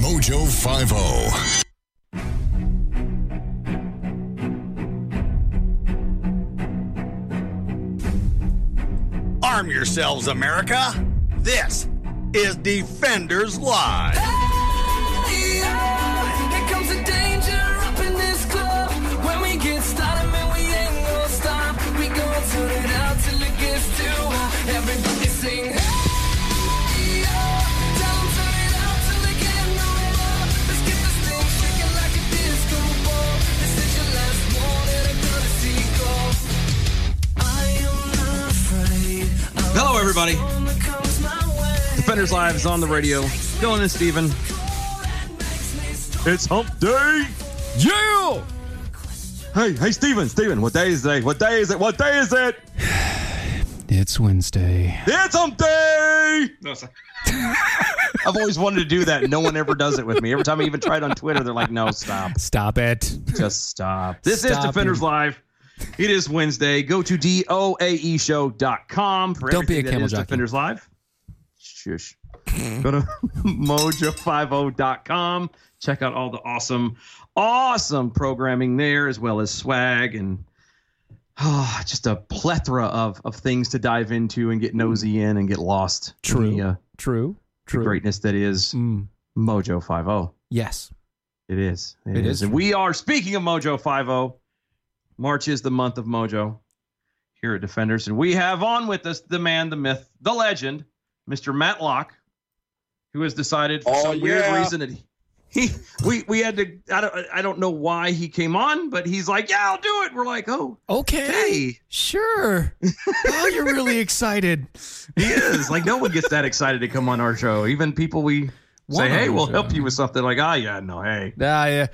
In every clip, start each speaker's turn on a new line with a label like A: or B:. A: Mojo oh. 50.
B: Arm yourselves, America. This is Defenders Live.
C: Here comes the danger up in this club. When we get started, man, we ain't gonna stop. We gonna turn it out till it gets too hot. Everybody sing. "Hey, yo." Tell 'em turn it out till they can't no more. Let's get this thing shaking like a disco ball. This is your last warning, I'm gonna see you go. I am not afraid of
D: Hello, everybody.
C: all that comes my way.
D: Defenders Live is on the radio. Dylan and Steven.
E: It's hump day.
D: Yeah!
E: Hey, hey, Steven, Steven, what day is it? What day is it? What day is it?
F: It's Wednesday.
E: It's hump day.
G: No, it's like,
E: I've always wanted to do that. and No one ever does it with me. Every time I even try it on Twitter, they're like, no, stop.
F: Stop it.
E: Just stop. This
F: Stop
E: is Defenders
F: it.
E: Live. It is Wednesday. Go to E doaeshow.com for
F: Don't
E: everything
F: be a
E: that
F: camel
E: is
F: jockey.
E: Defenders Live. Shush. Go to mojo50.com. Check out all the awesome, awesome programming there, as well as swag and ah, just a plethora of, of things to dive into and get nosy in and get lost. in
F: True.
E: the, uh,
F: True. True.
E: greatness that is oh.
F: Mm.
E: Mojo50.
F: Yes.
E: It is.
F: It
E: it
F: is
E: is. And we are speaking of Mojo 50. March is the month of Mojo here at Defenders, and we have on with us the man, the myth, the legend, Mr. Matlock, who has decided for
G: Oh,
E: some weird
G: yeah.
E: reason that he, he we we had to I don't I don't know why he came on, but he's like, yeah, I'll do it. We're like, oh,
F: Okay.
E: hey,
F: Sure. oh, you're really excited.
E: he is. like, no one gets that excited to come on our show, even people we.
F: Want
E: say, hey,
F: on
E: we'll
F: our
E: help you with something. Like, ah, yeah, no, hey.
F: Ah, yeah.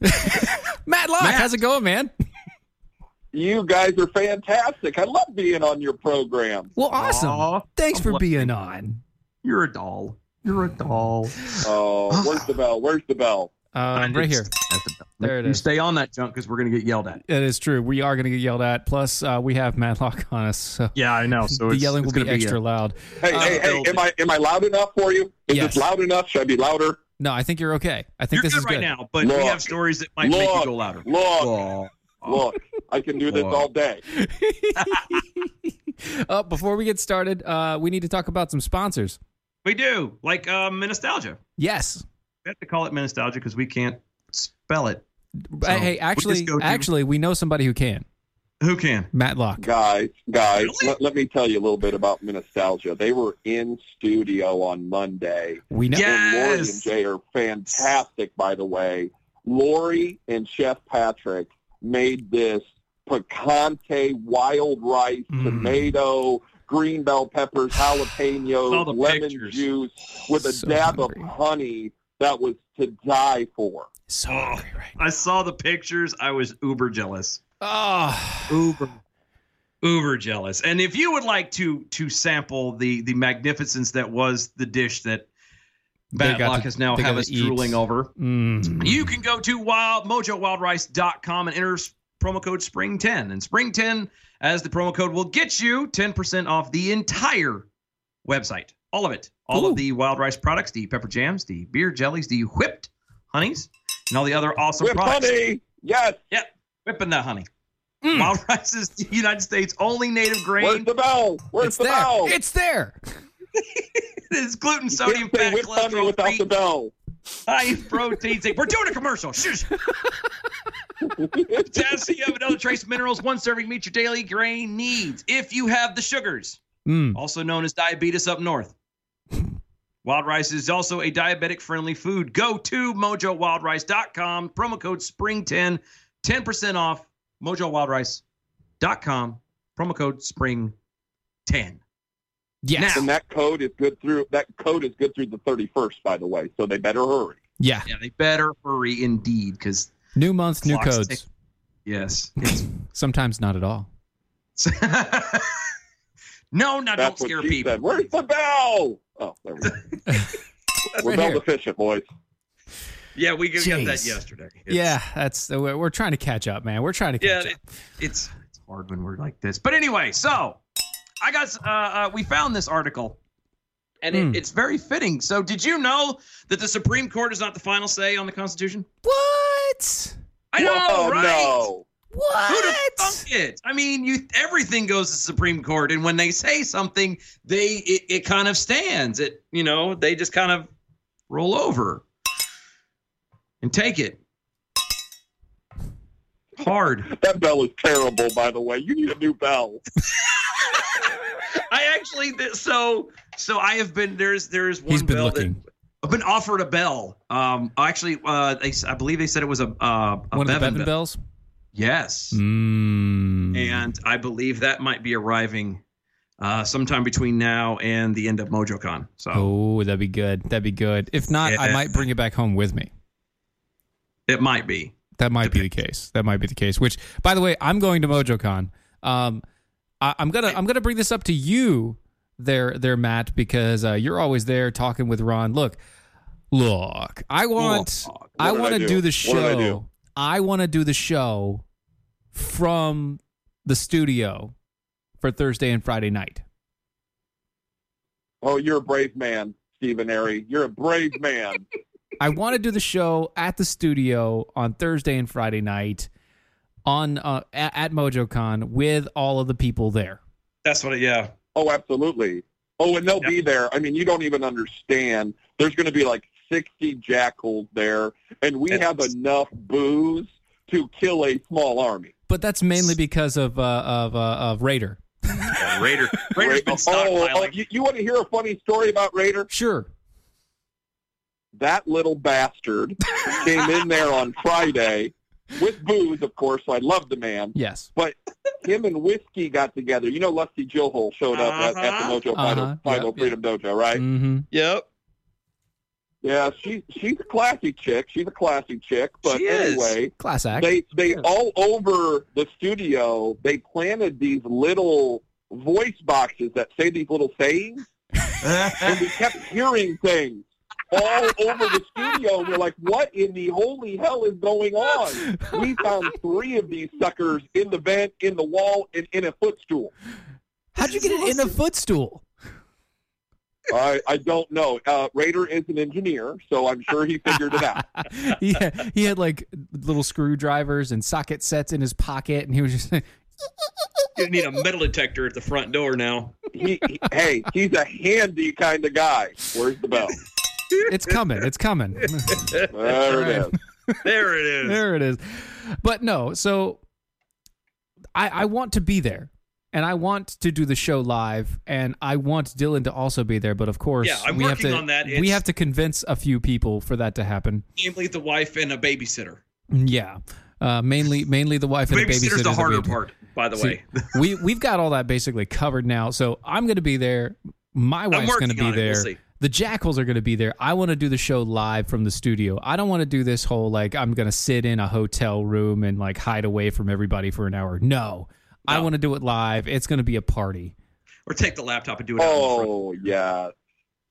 F: Matt Locke,
E: Matt.
F: how's it going, man?
G: you guys are fantastic. I love being on your program.
F: Well, awesome.
E: Aw,
F: Thanks
E: I'm
F: for
E: like-
F: being on. Um,
E: You're a doll. You're a doll.
G: Oh, where's the bell? Where's the bell?
F: Uh,
E: I
F: right
E: just-
F: here.
E: That's the-
F: There it
E: you
F: is.
E: stay on that junk because we're gonna get yelled at.
F: It is true. We are going to get yelled at. Plus, uh, we have Matlock on us, so
E: Yeah, I know. Oh, So
F: the yelling will be extra loud.
G: Hey,
F: Uh,
G: hey, hey, am I am I loud enough for you? Is
F: Yes.
G: this loud enough? Should I be louder?
F: No, I think you're okay. I think
E: You're
F: this
E: good
F: is
E: right
F: good.
E: now, but we
G: Look.
E: have stories that might make you go louder.
G: Look,
E: Oh.
G: look, I can do this
E: Whoa.
G: all day.
F: uh, before we get started, uh, we need to talk about some sponsors.
E: We do like um, nostalgia.
F: Yes.
E: We have to call it nostalgia because we can't spell it. So,
F: hey, actually,
E: we'll just go to-
F: actually, we know somebody who can.
E: Who can?
F: Matt Locke.
G: Guys, guys,
E: Really?
G: let, let me tell you a little bit about Minostalgia. They were in studio on Monday.
F: We know.
E: Yeah.
G: And Lori
E: Yes.
G: and Jay are fantastic, by the way. Lori and Chef Patrick made this picante wild rice,
E: Mm.
G: tomato, green bell peppers,
E: Saw
G: jalapenos,
E: the
G: lemon
E: pictures.
G: juice with a
F: So
G: dab
F: hungry.
G: of honey that was to die for.
F: So
E: Oh.
F: hungry right now.
E: I saw the pictures. I was uber jealous.
F: Oh.
E: Uber. Uber jealous. And if you would like to to sample the the magnificence that was the dish that
F: They got
E: Batlock
F: to-
E: has now
F: they got
E: have
F: to
E: us
F: eat.
E: drooling over.
F: Mm.
E: You can go to wild mojowildrice.com and enter s- promo code SPRING10. And SPRING10 as the promo code will get you 10% off the entire website. All of it. All
F: Ooh.
E: of the wild rice products, the pepper jams, the beer jellies, the whipped honeys, and all the other awesome
G: With
E: products.
G: honey! Yes!
E: Whipping that honey.
F: Mm.
E: Wild rice is the United States' only native
G: Where's
E: grain.
G: the bell? Where's
F: It's
G: the
F: there.
G: bell?
F: It's there.
E: It's gluten,
G: You
E: sodium,
G: can't say
E: fat,
G: with honey
E: cholesterol,
G: without
E: free,
G: the bell.
E: high protein. zinc. We're doing a commercial. Shush. potassium and other trace minerals. One serving meets your daily grain needs. If you have the sugars,
F: Mm.
E: also known as diabetes up north. Wild rice is also a diabetic friendly food. Go to mojowildrice.com, promo code SPRING10, 10% off mojowildrice.com, promo code SPRING10.
F: Yes.
E: Now.
G: And that code is good through that code is good through the thirty first, by the way, so they better hurry.
F: Yeah.
E: Yeah, they better hurry indeed because,
F: New month, new
E: Clock's
F: codes.
E: tick- yes.
F: Sometimes not at all.
E: no, no, don't
G: That's what
E: scare
G: she
E: people.
G: said. Where's the bell? Oh, there we go. We're
F: Right
G: bell
F: here.
G: deficient, boys.
E: Yeah, we got that
F: Jeez.
E: yesterday. It's-
F: yeah, that's uh, we're, we're trying to catch up, man. We're trying to
E: Yeah,
F: catch up.
E: it's it's hard when we're like this. But anyway, so I got s- uh, uh, we found this article and it, it's very fitting. So, did you know that the Supreme Court is not the final say on the Constitution?
F: What?
E: I know,
G: Whoa,
E: right?
G: no.
E: Who the
F: What?
E: thunk it? I mean, you everything goes to Supreme Court, and when they say something, they it, it kind of stands. It you know they just kind of roll over and take it hard.
G: That bell is terrible, by the way. You need a new bell.
E: I actually th- so so I have been there's there's one
F: He's been
E: bell
F: looking.
E: That, I've been offered a bell. Um, actually, uh, they, s- I believe they said it was a uh, a
F: One of the Hmm.
E: Bevan
F: Bevan
E: bell.
F: bells.
E: Yes.
F: Mm.
E: and uh, I believe that might be arriving uh, sometime between now and the end of MojoCon. So
F: oh, that'd be good. That'd be good. If not, I
E: Yeah.
F: might bring it back home with me.
E: it might be.
F: That might be the case. That might be the case. Which, by the way, I'm going to MojoCon. Um, I, I'm gonna I'm gonna bring this up to you there there Matt because uh, you're always there talking with Ron. Look, look, I want
E: Look,
F: I
G: did
F: want to
G: I do?
F: do the
G: What did I do?
F: show. I want to do the show from the studio for Thursday and Friday night.
G: Oh, you're a brave man, Stephen Airy. You're a brave man.
F: I want to do the show at the studio on Thursday and Friday night on uh, at, at MojoCon with all of the people there.
E: That's what. It, yeah.
G: Oh, absolutely. Oh, and they'll be there. I mean, you don't even understand. There's going to be like 60 jackals there, and we have
E: It's-
G: enough booze to kill a small army.
F: But that's mainly because of uh, of uh, of Raider.
E: Raider. Raider's been
G: oh, oh,
E: stockpiling.
G: you, you want to hear a funny story about Raider?
F: Sure.
G: That little bastard came in there on Friday with booze, of course, so I love the man.
F: Yes.
G: him and Whiskey got together. You know, Lusty Jillhole showed up at, at the Mojo
F: Uh-huh.
G: Final, Final
F: Yep,
G: Freedom Dojo, right?
F: Mm-hmm.
E: Yep.
G: Yeah, she she's a classy chick. She's a classy chick. But
E: She is.
G: anyway,
F: Class act.
G: they they
F: Yeah.
G: all over the studio. They planted these little voice boxes that say these little sayings, and we kept hearing things all over the studio. And we're like, "What in the holy hell is going on?" We found three of these suckers in the vent, in the wall, and in a footstool.
F: How'd you get it in a footstool?
G: I, I don't know. Uh, Raider is an engineer, so I'm sure he figured it out.
F: he, had, he had like little screwdrivers and socket sets in his pocket, and he was just
E: You need a metal detector at the front door now.
G: He, he- hey, he's a handy kind of guy. Where's the bell?
F: it's coming, it's coming.
G: There it is.
E: There it is.
F: there it is. But no, so I I want to be there. And I want to do the show live, and I want Dylan to also be there. But of course,
E: Yeah, I'm
F: we have
E: working
F: to
E: on that.
F: we
E: It's-
F: have to convince a few people for that to happen.
E: Namely, the wife and a babysitter.
F: Yeah, uh, mainly mainly the wife and the babysitter.
E: babysitter's the harder part, by the way.
F: we we've got all that basically covered now. So I'm going to be there. My wife's going to
E: working
F: be
E: on it. We'll
F: there.
E: see.
F: the Jackals are going to be there. I want to do the show live from the studio. I don't want to do this whole like I'm going to sit in a hotel room and like hide away from everybody for an hour. No, I
E: No.
F: want to do it live. It's going to be a party.
E: Or take the laptop and do it. out in front.
G: Oh, yeah.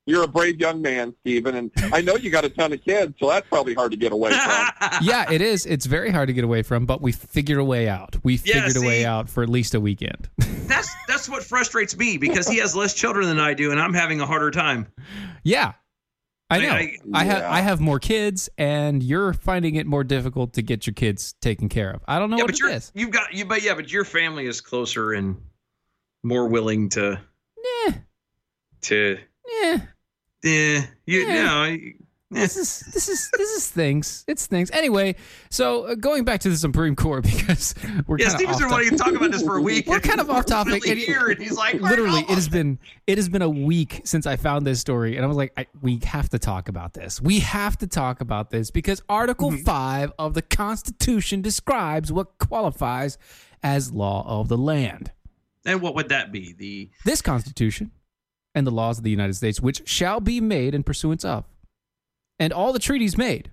G: You're a brave young man, Stephen, and I know you got a ton of kids, so that's probably hard to get away from.
F: yeah, it is. It's very hard to get away from, but we figured a way out. We
E: Yeah,
F: figured a way
E: see?
F: out for at least a weekend.
E: That's that's what frustrates me because he has less children than I do, and I'm having a harder time.
F: yeah. I
E: I-
F: know. I,
E: I-
F: have
G: Yeah.
F: I have more kids, and you're finding it more difficult to get your kids taken care of. I don't know
E: yeah,
F: what
E: but
F: it
E: you're,
F: is.
E: you've got you, but yeah, but your family is closer and more willing to
F: Nah,
E: to.
F: nah.
E: Eh, you
F: Yeah.
E: no, you- eh.
F: this is this is this is things. It's things. Anyway, so uh, going back to the Supreme Court because we're
E: yeah,
F: kind of
E: Steven's been wanting to talk about this for a week.
F: We're
E: and
F: kind of off topic,
E: really
F: and-
E: here, and he's like,
F: literally
E: literally,
F: it has been it has been a week since I found this story, and I was like, I, we have to talk about this. We have to talk about this because Article
E: Mm-hmm.
F: Five of the Constitution describes what qualifies as law of the land.
E: and what would that be? The
F: This Constitution and the laws of the United States, which shall be made in pursuance of, and all the treaties made,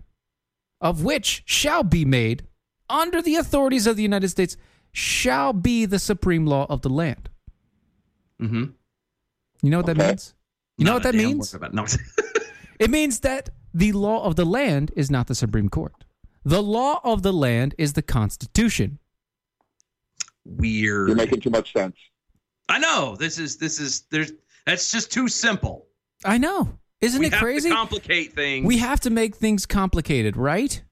F: of which shall be made under the authorities of the United States, shall be the supreme law of the land.
E: mm-hmm.
F: You know what that
G: Okay.
F: means? You know what that means?
E: About, no,
F: It means that the law of the land is not the Supreme Court. The law of the land is the Constitution.
E: weird.
G: You're making too much sense.
E: I know this is this is there's that's just too simple.
F: I know. Isn't
E: we
F: it
E: have
F: crazy?
E: to complicate things.
F: we have to make things complicated, right?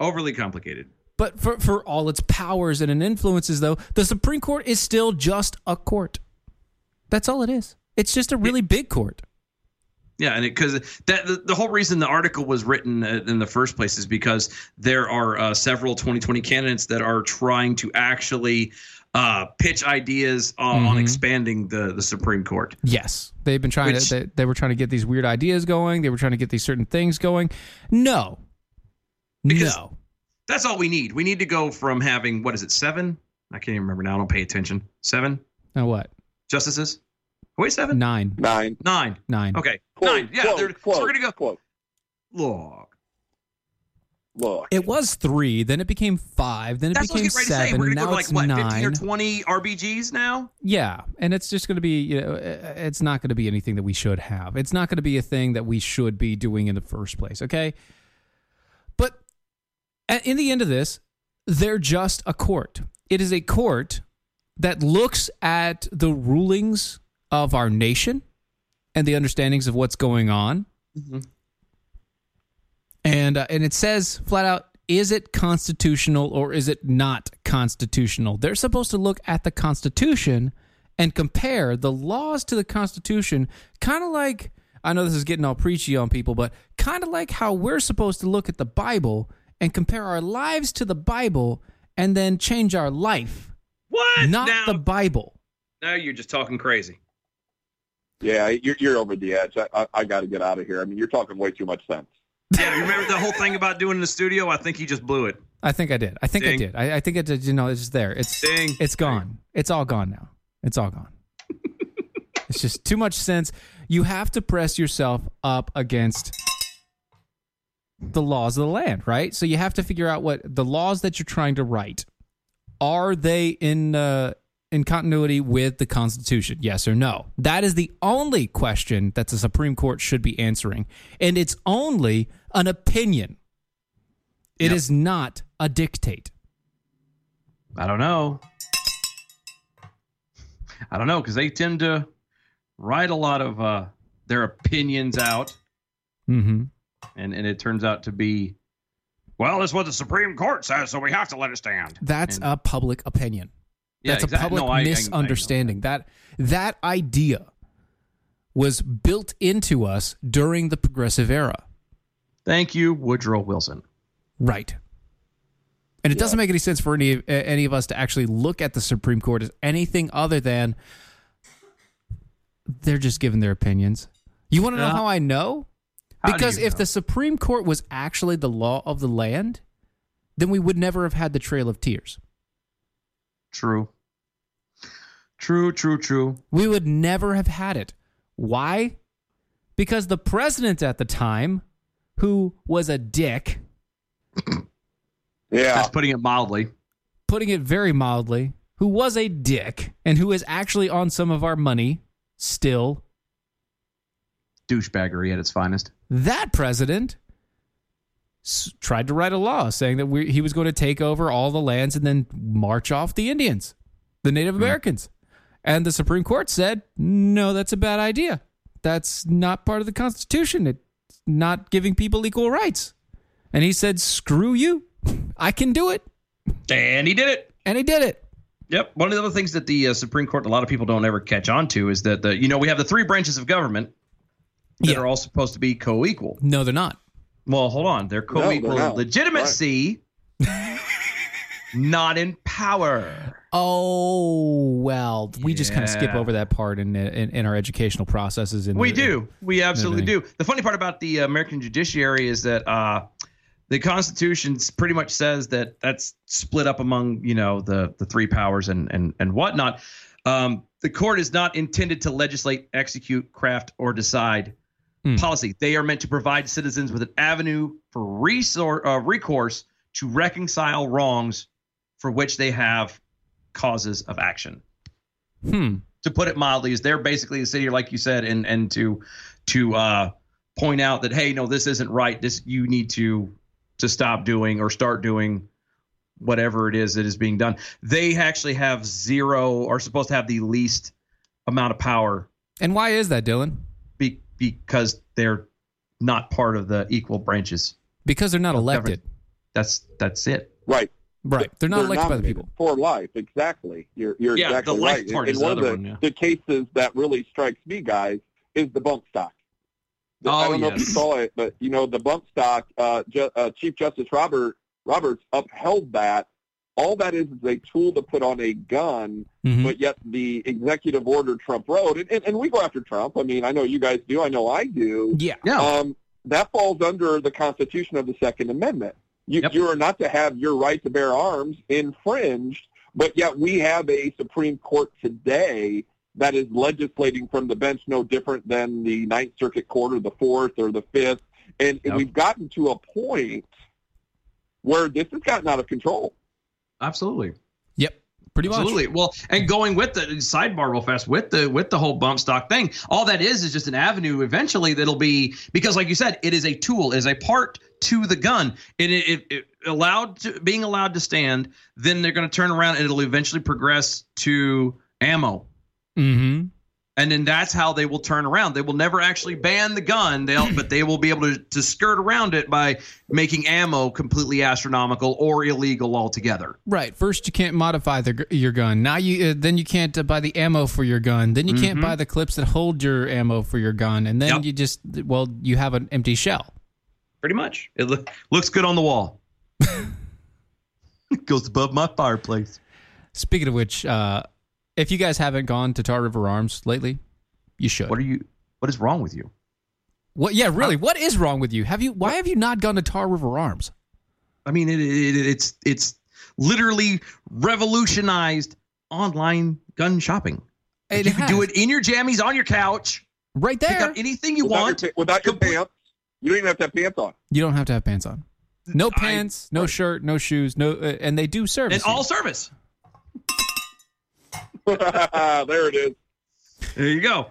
E: overly complicated.
F: But for, for all its powers and influences, though, the Supreme Court is still just a court. That's all it is. It's just a really big court.
E: Yeah, and because that the, the whole reason the article was written uh, in the first place is because there are uh, several 2020 candidates that are trying to actually uh, pitch ideas uh,
F: Mm-hmm.
E: on expanding the the Supreme Court.
F: Yes, they've been trying
E: Which-
F: to. They, they were trying to get these weird ideas going. They were trying to get these certain things going. No,
E: Because-
F: no.
E: That's all we need. We need to go from having what is it seven? I can't even remember now. I don't pay attention. Seven
F: Now what?
E: justices. Wait, seven?
F: Nine,
G: Nine.
E: Nine.
F: nine.
E: Okay,
G: Quote,
E: nine. Yeah,
G: quote,
E: they're,
G: quote,
E: so we're gonna go.
G: Quote.
E: Look,
G: Look.
F: It was three. Then it became five. Then it
E: that's what I
F: became
E: was getting ready to say.
F: seven.
E: We're
F: and
E: gonna
F: now
E: go to like
F: it's
E: what, fifteen or
F: nine.
E: twenty RBGs now?
F: Yeah, and it's just going to be you know uh, it's not going to be anything that we should have. It's not going to be a thing that we should be doing in the first place, okay? But a- in the end of this, they're just a court. It is a court that looks at the rulings of our nation and the understandings of what's going on. And uh, and it says flat out is it constitutional or is it not constitutional? They're supposed to look at the constitution and compare the laws to the constitution kind of like I know this is getting all preachy on people but kind of like how we're supposed to look at the Bible and compare our lives to the Bible and then change our life
E: What?
F: not
E: now,
F: the Bible.
E: now you're just talking crazy.
G: Yeah, you're, you're over the edge. I, I, I got to get out of here. I mean, you're talking way too much sense.
E: Yeah, you remember the whole thing about doing in the studio? I think you just blew it.
F: I think I did. I think I
E: Ding.
F: did. I, I think it did. You know, it's just there. It's
E: Ding.
F: it's gone. It's all gone now. It's all gone. it's just too much sense. You have to press yourself up against the laws of the land, right? So you have to figure out what the laws that you're trying to write are they in uh, in continuity with the Constitution? Yes or no? That is the only question that the Supreme Court should be answering, and it's only an opinion. It is not a dictate.
E: I don't know. I don't know because they tend to write a lot of uh, their opinions out,
F: Mm-hmm.
E: and, and it turns out to be, well, it's what the Supreme Court says, so we have to let it stand.
F: That's
E: And-
F: a public opinion.
E: Yeah,
F: That's
E: exact-
F: a public
E: no, I- I- I know.
F: misunderstanding. that that idea was built into us during the progressive era.
E: Thank you, Woodrow Wilson.
F: Right. And it doesn't make any sense for any of- a- any of us to actually look at the Supreme Court as anything other than they're just giving their opinions. You want to know
E: Yeah.
F: how I know?
E: How do
F: because
E: you
F: if
E: know?
F: the Supreme Court was actually the law of the land, then we would never have had the Trail of Tears.
E: True. True, true, true.
F: We would never have had it. Why? Because the president at the time, who was a dick,
G: Yeah.
E: That's putting it mildly.
F: putting it very mildly, who was a dick and who is actually on some of our money still,
E: Douchebaggery at its finest.
F: that president s- tried to write a law saying that we, he was going to take over all the lands and then march off the Indians, the Native Americans. And the Supreme Court said, no, that's a bad idea. That's not part of the Constitution. It's not giving people equal rights. And he said, screw you. I can do it.
E: And he did it.
F: And he did it.
E: Yep. One of the other things that the uh, Supreme Court, a lot of people don't ever catch on to, is that the you know we have the three branches of government that
F: Yeah.
E: are all supposed to be co-equal.
F: No, they're not.
E: Well, hold on, they're
G: they're
E: co-equal in
G: not.
E: legitimacy, not in power.
F: Oh well, we just kind of skip
E: Yeah.
F: over that part in in, in our educational processes. In
E: We
F: the-
E: do. We absolutely do. The funny part about the uh, American judiciary is that uh, the Constitution s- pretty much says that that's split up among you know the the three powers and and and whatnot. Um, the court is not intended to legislate, execute, craft, or decide
F: Hmm.
E: policy. They are meant to provide citizens with an avenue for resor- uh, recourse to reconcile wrongs for which they have causes of action
F: Hmm.
E: to put it mildly, is they're basically the city, like you said, and and to to uh, point out that hey, no, this isn't right. This you need to to stop doing or start doing whatever it is that is being done. They actually have zero, are supposed to have the least amount of power
F: And why is that, Dylan?
E: be, because they're not part of the equal branches.
F: because they're not elected.
E: That's that's it.
G: Right.
F: Right. They're not elected by the
G: nominated
F: people.
G: For life, exactly. You're, you're
E: Yeah,
G: exactly
E: the life
G: right.
E: part
G: and
E: is the
G: one of
E: other
G: the,
E: one,
G: the cases that really strikes me, guys, is the bump stock. The- I
E: Oh,
G: don't know if you
E: yes.
G: saw it, but you know the bump stock. Uh, Ju- uh, Chief Justice Robert Roberts upheld that. All that is is a tool to put on a gun,
E: Mm-hmm.
F: Mhm.
G: but yet the executive order Trump wrote, and, and, and we go after Trump. I mean, I know you guys do. I know I do.
F: Yeah.
E: Yeah.
G: Um, that falls under the Constitution of the Second Amendment. You,
E: Yep.
G: you are not to have your right to bear arms infringed, but yet we have a Supreme Court today that is legislating from the bench no different than the Ninth Circuit Court or the Fourth or the Fifth. And, and
E: Yep.
G: we've gotten to a point where this has gotten out of control.
E: Absolutely.
F: Yep. Pretty much.
E: Absolutely. Well, and going with the sidebar real fast with the with the whole bump stock thing, all that is is just an avenue. Eventually, that'll be because, like you said, it is a tool, it is a part to the gun. It, it, it, it allowed to, being allowed to stand, then they're going to turn around and it'll eventually progress to ammo.
F: Mm-hmm.
E: and then that's how they will turn around. They will never actually ban the gun, they'll but they will be able to, to skirt around it by making ammo completely astronomical or illegal altogether.
F: Right. First, you can't modify the, gu- your gun. Now you uh, then you can't uh, buy the ammo for your gun. Then you can't buy the clips that hold your ammo for your gun. And then
E: Mm-hmm. Yep.
F: you just well you have an empty shell.
E: Pretty much, it loo- looks good on the wall. Goes above my fireplace.
F: Speaking of which, uh, if you guys haven't gone to Tar River Arms lately, you should.
E: What are you? What is wrong with you?
F: What- yeah, really. What is wrong with you? Have you? Why have you not gone to Tar River Arms?
E: I mean, it, it, it- it's it's literally revolutionized online gun shopping.
F: It
E: you can do
F: has.
E: it in your jammies on your couch.
F: right
E: Pick
F: there.
E: up anything you
G: without
E: want.
G: your, pa- without your
E: Complete-
G: pants, you don't even have to have pants on.
F: You don't have to have pants on. No
E: I-
F: pants, no shirt, no shoes, no, uh, and they do service.
E: and
F: you.
E: all service.
G: there it is.
E: There you go.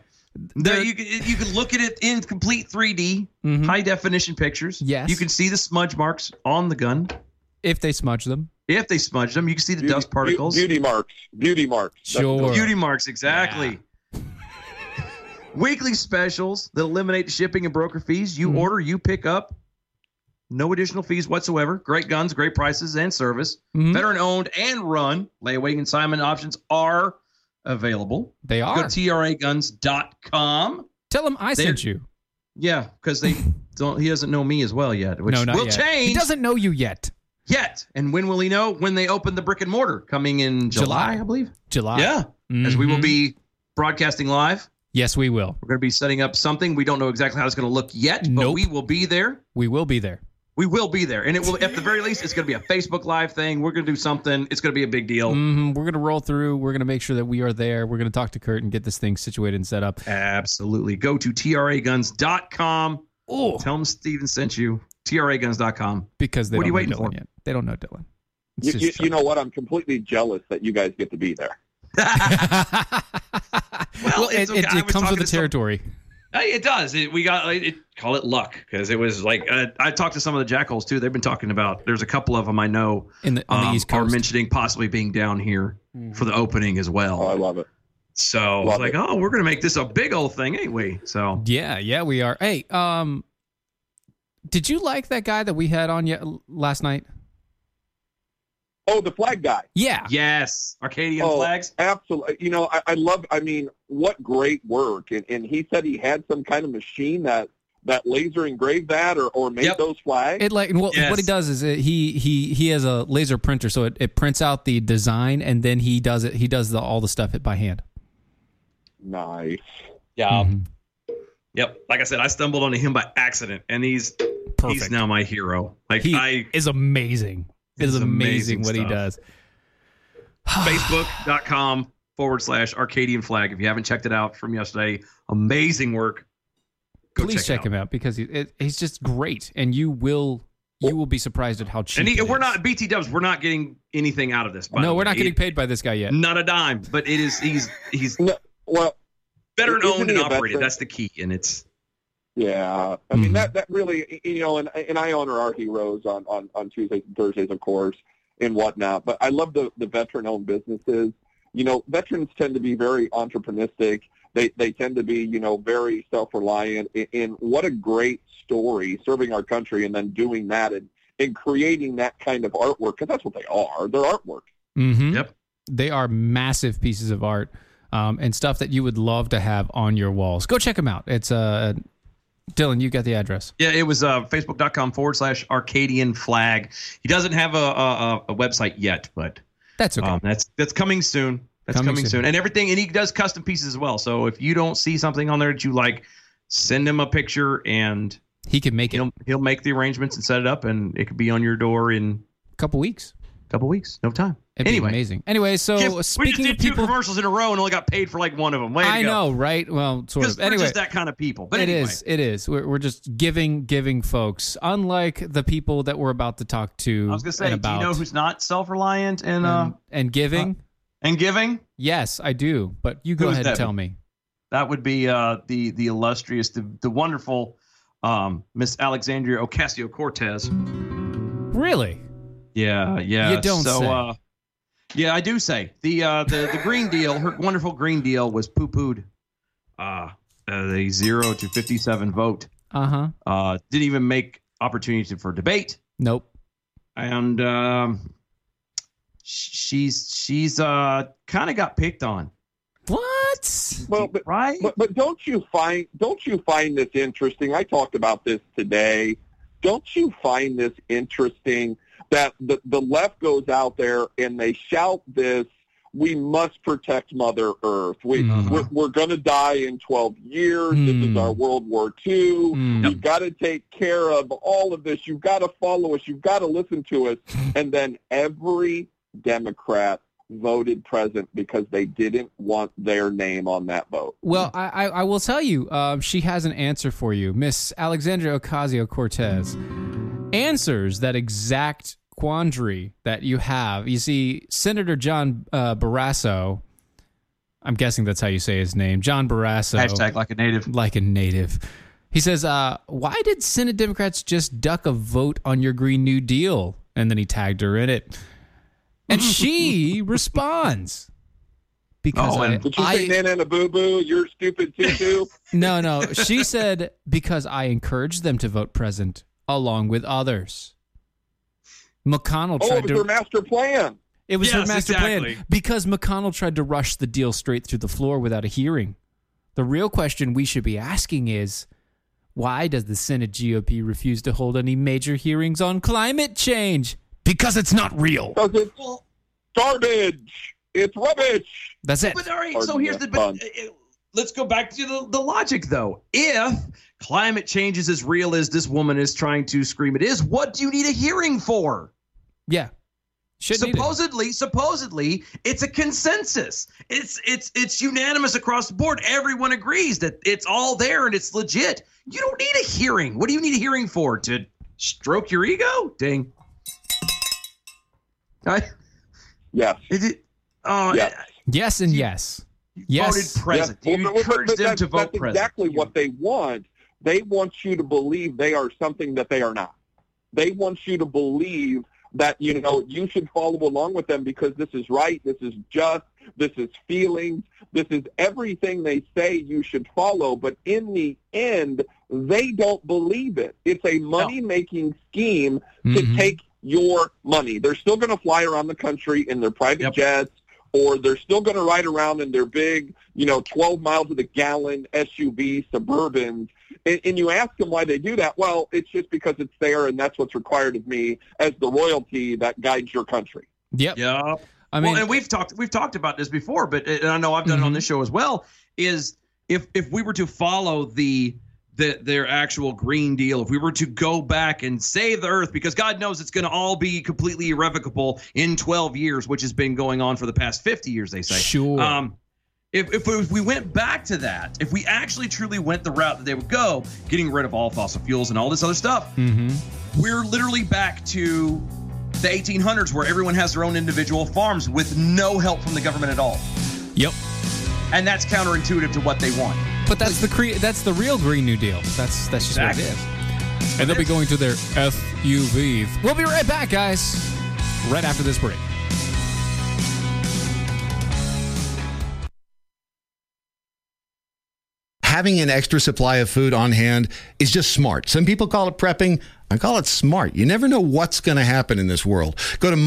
E: There you can you can look at it in complete 3D,
F: Mhm.
E: high definition pictures.
F: Yes.
E: You can see the smudge marks on the gun
F: if they smudge them,
E: if they smudged them. You can see the
G: Beauty-
E: dust particles.
G: Beauty, marks. Beauty marks. That's-
F: sure.
E: Beauty marks, exactly. Weekly specials that eliminate shipping and broker fees.
F: Mm-hmm.
E: You order, you pick up. No additional fees whatsoever. Great guns, great prices, and service.
F: Mhm.
E: Veteran owned and run. Layaway and consignment options are available.
F: They
E: Go
F: are.
E: to traguns.com.
F: Tell them I sent you.
E: Yeah, because they don't. He doesn't know me as well yet, which
F: no, not
E: will
F: yet. He
E: change
F: doesn't know you yet.
E: yet. And when will he know? When they open the brick and mortar, coming in July,
F: July. Ah.
E: I believe.
F: July.
E: Yeah, as we will
F: Mhm.
E: be broadcasting live.
F: Yes, we will.
E: We're going to be setting up something. We don't know exactly how it's going to look yet, but
F: Nope.
E: we will be there.
F: We will be there.
E: We will be there, and it will at the very least, it's going to be a Facebook Live thing. We're going to do something. It's going to be a big deal.
F: hmm We're gonna roll through. We're gonna make sure that we are there. We're gonna talk to Kurt and get this thing situated and set up.
E: Absolutely. Go to traguns.com.
F: Oh,
E: Tell them Steven sent you. traguns.com.
F: because they
E: What are
F: don't
E: you
F: know
E: waiting
F: Dylan
E: for?
F: yet. They don't know Dylan.
G: You,
F: It's
G: you,
F: just
G: you know what? I'm completely jealous that you guys get to be there.
F: well, it,
E: it's okay.
F: it,
E: I
F: it
E: was
F: comes
E: talking
F: with the
E: to some-
F: territory.
E: Uh, It does. It, we got like, it, call it luck because it was like uh, I talked to some of the jackals too. They've been talking about. There's a couple of them I know
F: in the, on
E: um,
G: Uh,
F: the East
E: are
F: Coast.
E: mentioning possibly being down here for the opening as well.
G: Oh, I love it.
E: so it's
G: love
E: like,
G: it.
E: oh, we're gonna make this a big old thing anyway. So
F: yeah, yeah, we are. Hey, um, did you like that guy that we had on yet last night?
G: Oh, the flag guy.
F: Yeah,
E: yes, Arcadian
G: Oh,
E: flags.
G: Absolutely. You know, I, I love. I mean, what great work! And, and he said he had some kind of machine that that laser engraved that or or made
E: Yep.
G: those flags.
F: it like well,
E: Yes.
F: what he does is it, he he he has a laser printer, so it, it prints out the design and then he does it. He does the, all the stuff it by hand.
G: nice.
E: Yeah.
F: Mm-hmm.
E: Yep. Like I said, I stumbled onto him by accident, and he's
F: Perfect.
E: he's now my hero. Like
F: he
E: I
F: is amazing. It
E: It's
F: is amazing,
E: amazing
F: what
E: stuff.
F: he does.
E: facebook.com forward slash Arcadian flag. If you haven't checked it out from yesterday, amazing work. Go
F: Please check,
E: it out.
F: him out because he, it, he's just great, and you will you will be surprised at how cheap.
E: And he,
F: it
E: we're
F: is.
E: not BT Dubs. We're not getting anything out of this. by the
F: No,
E: way.
F: we're not getting
E: It-
F: paid by this guy yet.
E: not a dime. But it is he's he's
G: No, well,
E: better
G: Isn't
E: owned
G: he
E: and
G: a
E: operated.
G: veteran?
E: That's the key, and it's
G: Yeah, I mean that that really you know, and and I honor our heroes on on on Tuesdays and Thursdays, of course, and whatnot. But I love the the veteran-owned businesses. You know, veterans tend to be very entrepreneurist they they tend to be you know very self reliant. And what a great story serving our country and then doing that and and creating that kind of artwork because that's what they are. They're artwork.
F: Mm-hmm.
E: Yep.
F: They are massive pieces of art um, and stuff that you would love to have on your walls. Go check them out. It's uh, Dylan, you got the address.
E: Yeah, it was uh, facebook.com forward slash Arcadian flag. He doesn't have a, a, a- a website yet, but
F: That's okay.
E: um, that's that's coming soon. That's
F: Coming
E: coming,
F: soon.
E: soon. And everything, and he does custom pieces as well. So if you don't see something on there that you like, send him a picture and
F: he can make it
E: he'll, he'll make the arrangements and set it up, and it could be on your door in
F: a couple weeks.
E: a couple weeks. No time.
F: It'd
E: anyway,
F: be amazing. Anyway, so
E: Kip,
F: uh,
E: we just
F: speaking
E: did
F: of
E: two
F: people,
E: commercials in a row and only got paid for like one of them. Way to
F: I
E: go.
F: know, right? Well, sort
E: Because
F: of.
E: we're
F: Anyway,
E: just that kind of people. But
F: It
E: anyway.
F: is. It is. We're, we're just giving, giving folks. Unlike the people that we're about to talk to
E: I was gonna say,
F: and about Mm.
E: do you know who's not self-reliant and uh
F: and, and giving.
E: and giving?
F: yes, I do. But you go
E: Who is
F: ahead and
E: that?
F: tell me.
E: That would be uh the the illustrious, the the wonderful um Miss Alexandria Ocasio Cortez.
F: Really?
E: Yeah, yeah.
F: You don't
E: so,
F: say.
E: Uh, yeah, I do say the uh, the the Green Deal, her wonderful Green Deal, was poo pooed. Uh, uh, the zero to fifty seven vote
F: Uh huh.
E: uh, didn't even make opportunity for debate,
F: Nope.
E: and um, sh- she's she's uh, kind of got picked on,
F: What?
G: Well, but
E: right?
G: But, but don't you find don't you find this interesting? I talked about this today. Don't you find this interesting that the, the left goes out there and they shout this, we must protect Mother Earth. We,
F: Mhm.
G: We're, we're going to die in 12 years. This is
F: Mm.
G: our World War II.
F: Mm.
G: You've got to take care of all of this. You've got to follow us. You've got to listen to us. and then every Democrat voted present because they didn't want their name on that vote.
F: Well, I, I, I will tell you, um, she has an answer for you. Miss Alexandria Ocasio Cortez answers that exact quandary that you have. You see, Senator John uh, Barrasso, I'm guessing that's how you say his name, John Barrasso,
E: Hashtag like a native.
F: like a native. He says, uh, Why did Senate Democrats just duck a vote on your Green New Deal? And then he tagged her in it. And she responds, Because
E: Oh, and-
F: I,
G: Did you say
F: I-
G: Nana and a Boo Boo? You're stupid too, too.
F: no, no. She said because I encouraged them to vote present along with others. McConnell
G: oh, it
F: tried
G: was
F: to.
G: their master plan.
F: it was her
E: Yes,
F: master
E: exactly.
F: plan because McConnell tried to rush the deal straight through the floor without a hearing. The real question we should be asking is why does the Senate GOP refuse to hold any major hearings on climate change? Because it's not real.
G: Because it's garbage. It's rubbish.
F: That's it.
E: But all right,
G: Pardon
E: so here's
G: me,
E: the. But,
G: pardon.
E: uh, uh, let's go back to the, the logic, though. If climate change is as real as this woman is trying to scream it is, what do you need a hearing for?
F: Yeah. Shouldn't need it.
E: supposedly, supposedly, it's a consensus. It's it's it's unanimous across the board. Everyone agrees that it's all there and it's legit. You don't need a hearing. What do you need a hearing for? To stroke your ego? Ding. I,
G: Yes.
E: is it, oh,
G: Yes.
F: Yes and yes.
E: you
F: Yes.
E: voted present.
G: Yes.
E: You
G: Well, but- but-
E: encouraged
G: but
E: them
G: that's-
E: to vote
G: That's
E: present.
G: exactly what they want. They want you to believe they are something that they are not. They want you to believe that you know you should follow along with them because this is right, this is just, this is feelings, this is everything they say you should follow. But in the end, they don't believe it. It's a money-making scheme
F: Mhm.
G: to
E: Mm-hmm.
G: take your money. They're still going to fly around the country in their private
E: Yep.
G: jets, or they're still going to ride around in their big, you know, 12 miles to the gallon SUV Suburbans. And, and you ask them why they do that. Well, it's just because it's there, and that's what's required of me as the royalty that guides your country.
F: Yep.
E: Yeah.
F: I mean, Mm-hmm.
E: well, and we've talked we've talked about this before, but and I know I've done it on this show as well. Is if if we were to follow the the their actual Green Deal, if we were to go back and save the Earth, because God knows it's going to all be completely irrevocable in 12 years, which has been going on for the past 50 years, they say.
F: Sure.
E: Um, if, if, we, if we went back to that, if we actually truly went the route that they would go, getting rid of all fossil fuels and all this other stuff,
F: mhm.
E: we're literally back to the 1800s where everyone has their own individual farms with no help from the government at all.
F: Yep.
E: And that's counterintuitive to what they want.
F: But that's the cre- that's the real Green New Deal. That's that's just
E: Exactly.
F: what it is. And they'll be going to their FUVs. We'll be right back, guys. Right after this break.
H: having an extra supply of food on hand is just smart. Some people call it prepping. I call it smart. You never know what's going to happen in this world. Go to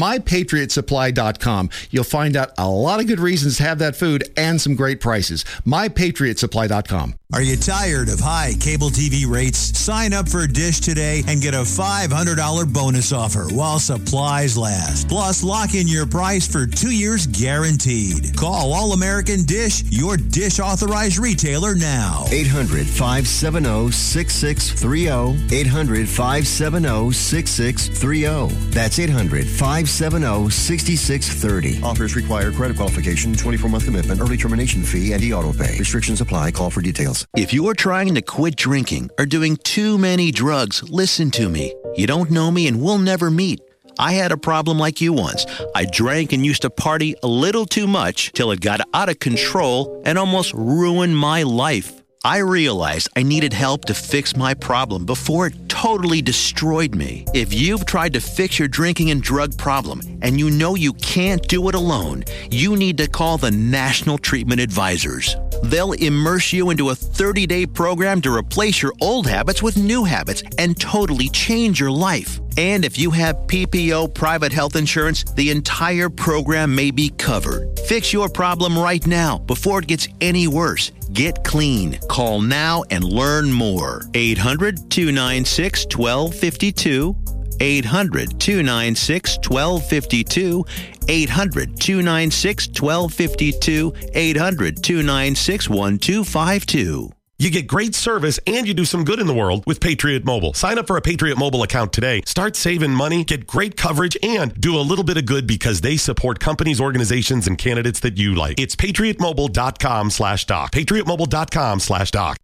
H: mypatriotsupply.com. You'll find out a lot of good reasons to have that food and some great prices. Mypatriotsupply.com.
I: Are you tired of high cable TV rates? Sign up for Dish today and get a $500 bonus offer while supplies last. Plus, lock in your price for two years guaranteed. Call All American Dish, your Dish authorized retailer now.
J: 800 570 6630. 800 570 6630. That's 800 570 6630. Offers require credit qualification, 24 month commitment, early termination fee, and e auto pay. Restrictions apply. Call for details.
K: If you're trying to quit drinking or doing too many drugs, listen to me. You don't know me and we'll never meet. I had a problem like you once. I drank and used to party a little too much till it got out of control and almost ruined my life. I realized I needed help to fix my problem before it totally destroyed me. If you've tried to fix your drinking and drug problem and you know you can't do it alone, you need to call the National Treatment Advisors. They'll immerse you into a 30 day program to replace your old habits with new habits and totally change your life. And if you have PPO private health insurance, the entire program may be covered. Fix your problem right now before it gets any worse. Get clean. Call now and learn more. 800 296 1252. 800 296 1252. 800 296 1252. 800 296 1252.
L: You get great service and you do some good in the world with Patriot Mobile. Sign up for a Patriot Mobile account today. Start saving money, get great coverage, and do a little bit of good because they support companies, organizations, and candidates that you like. It's patriotmobile.com slash doc. Patriotmobile.com slash doc.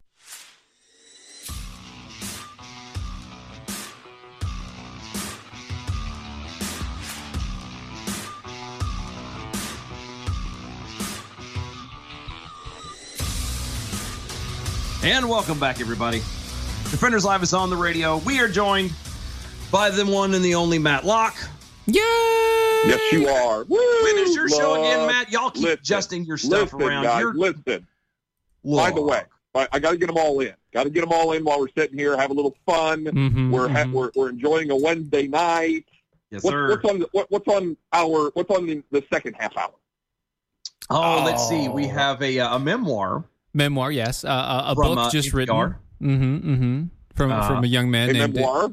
E: And welcome back, everybody. Defenders Live is on the radio. We are joined by the one and the only Matt Locke.
F: Yay!
G: Yes, you are. Woo!
E: When is your show again,
G: Love.
E: Matt? Y'all keep
G: Listen,
E: adjusting your stuff
G: listen,
E: around.
G: guys,
E: You're
G: listen. By
E: Locke.
G: the way, I, I got to get them all in. Got to get them all in while we're sitting here, have a little fun.
F: Mm-hmm,
G: We're, ha-
F: mhm.
G: we're we're enjoying a Wednesday night.
E: Yes,
G: What-
E: sir.
G: what's on the, what, what's on our what's on the, the second half hour?
E: Oh, let's see. We
F: Oh.
E: have a, uh, a memoir.
F: memoir. Yes, uh, uh, a
E: From,
F: book
E: uh,
F: just written.
E: NPR.
F: Mm-hmm, mm-hmm. From
E: Uh,
F: from a young man
G: A
F: named
G: memoir.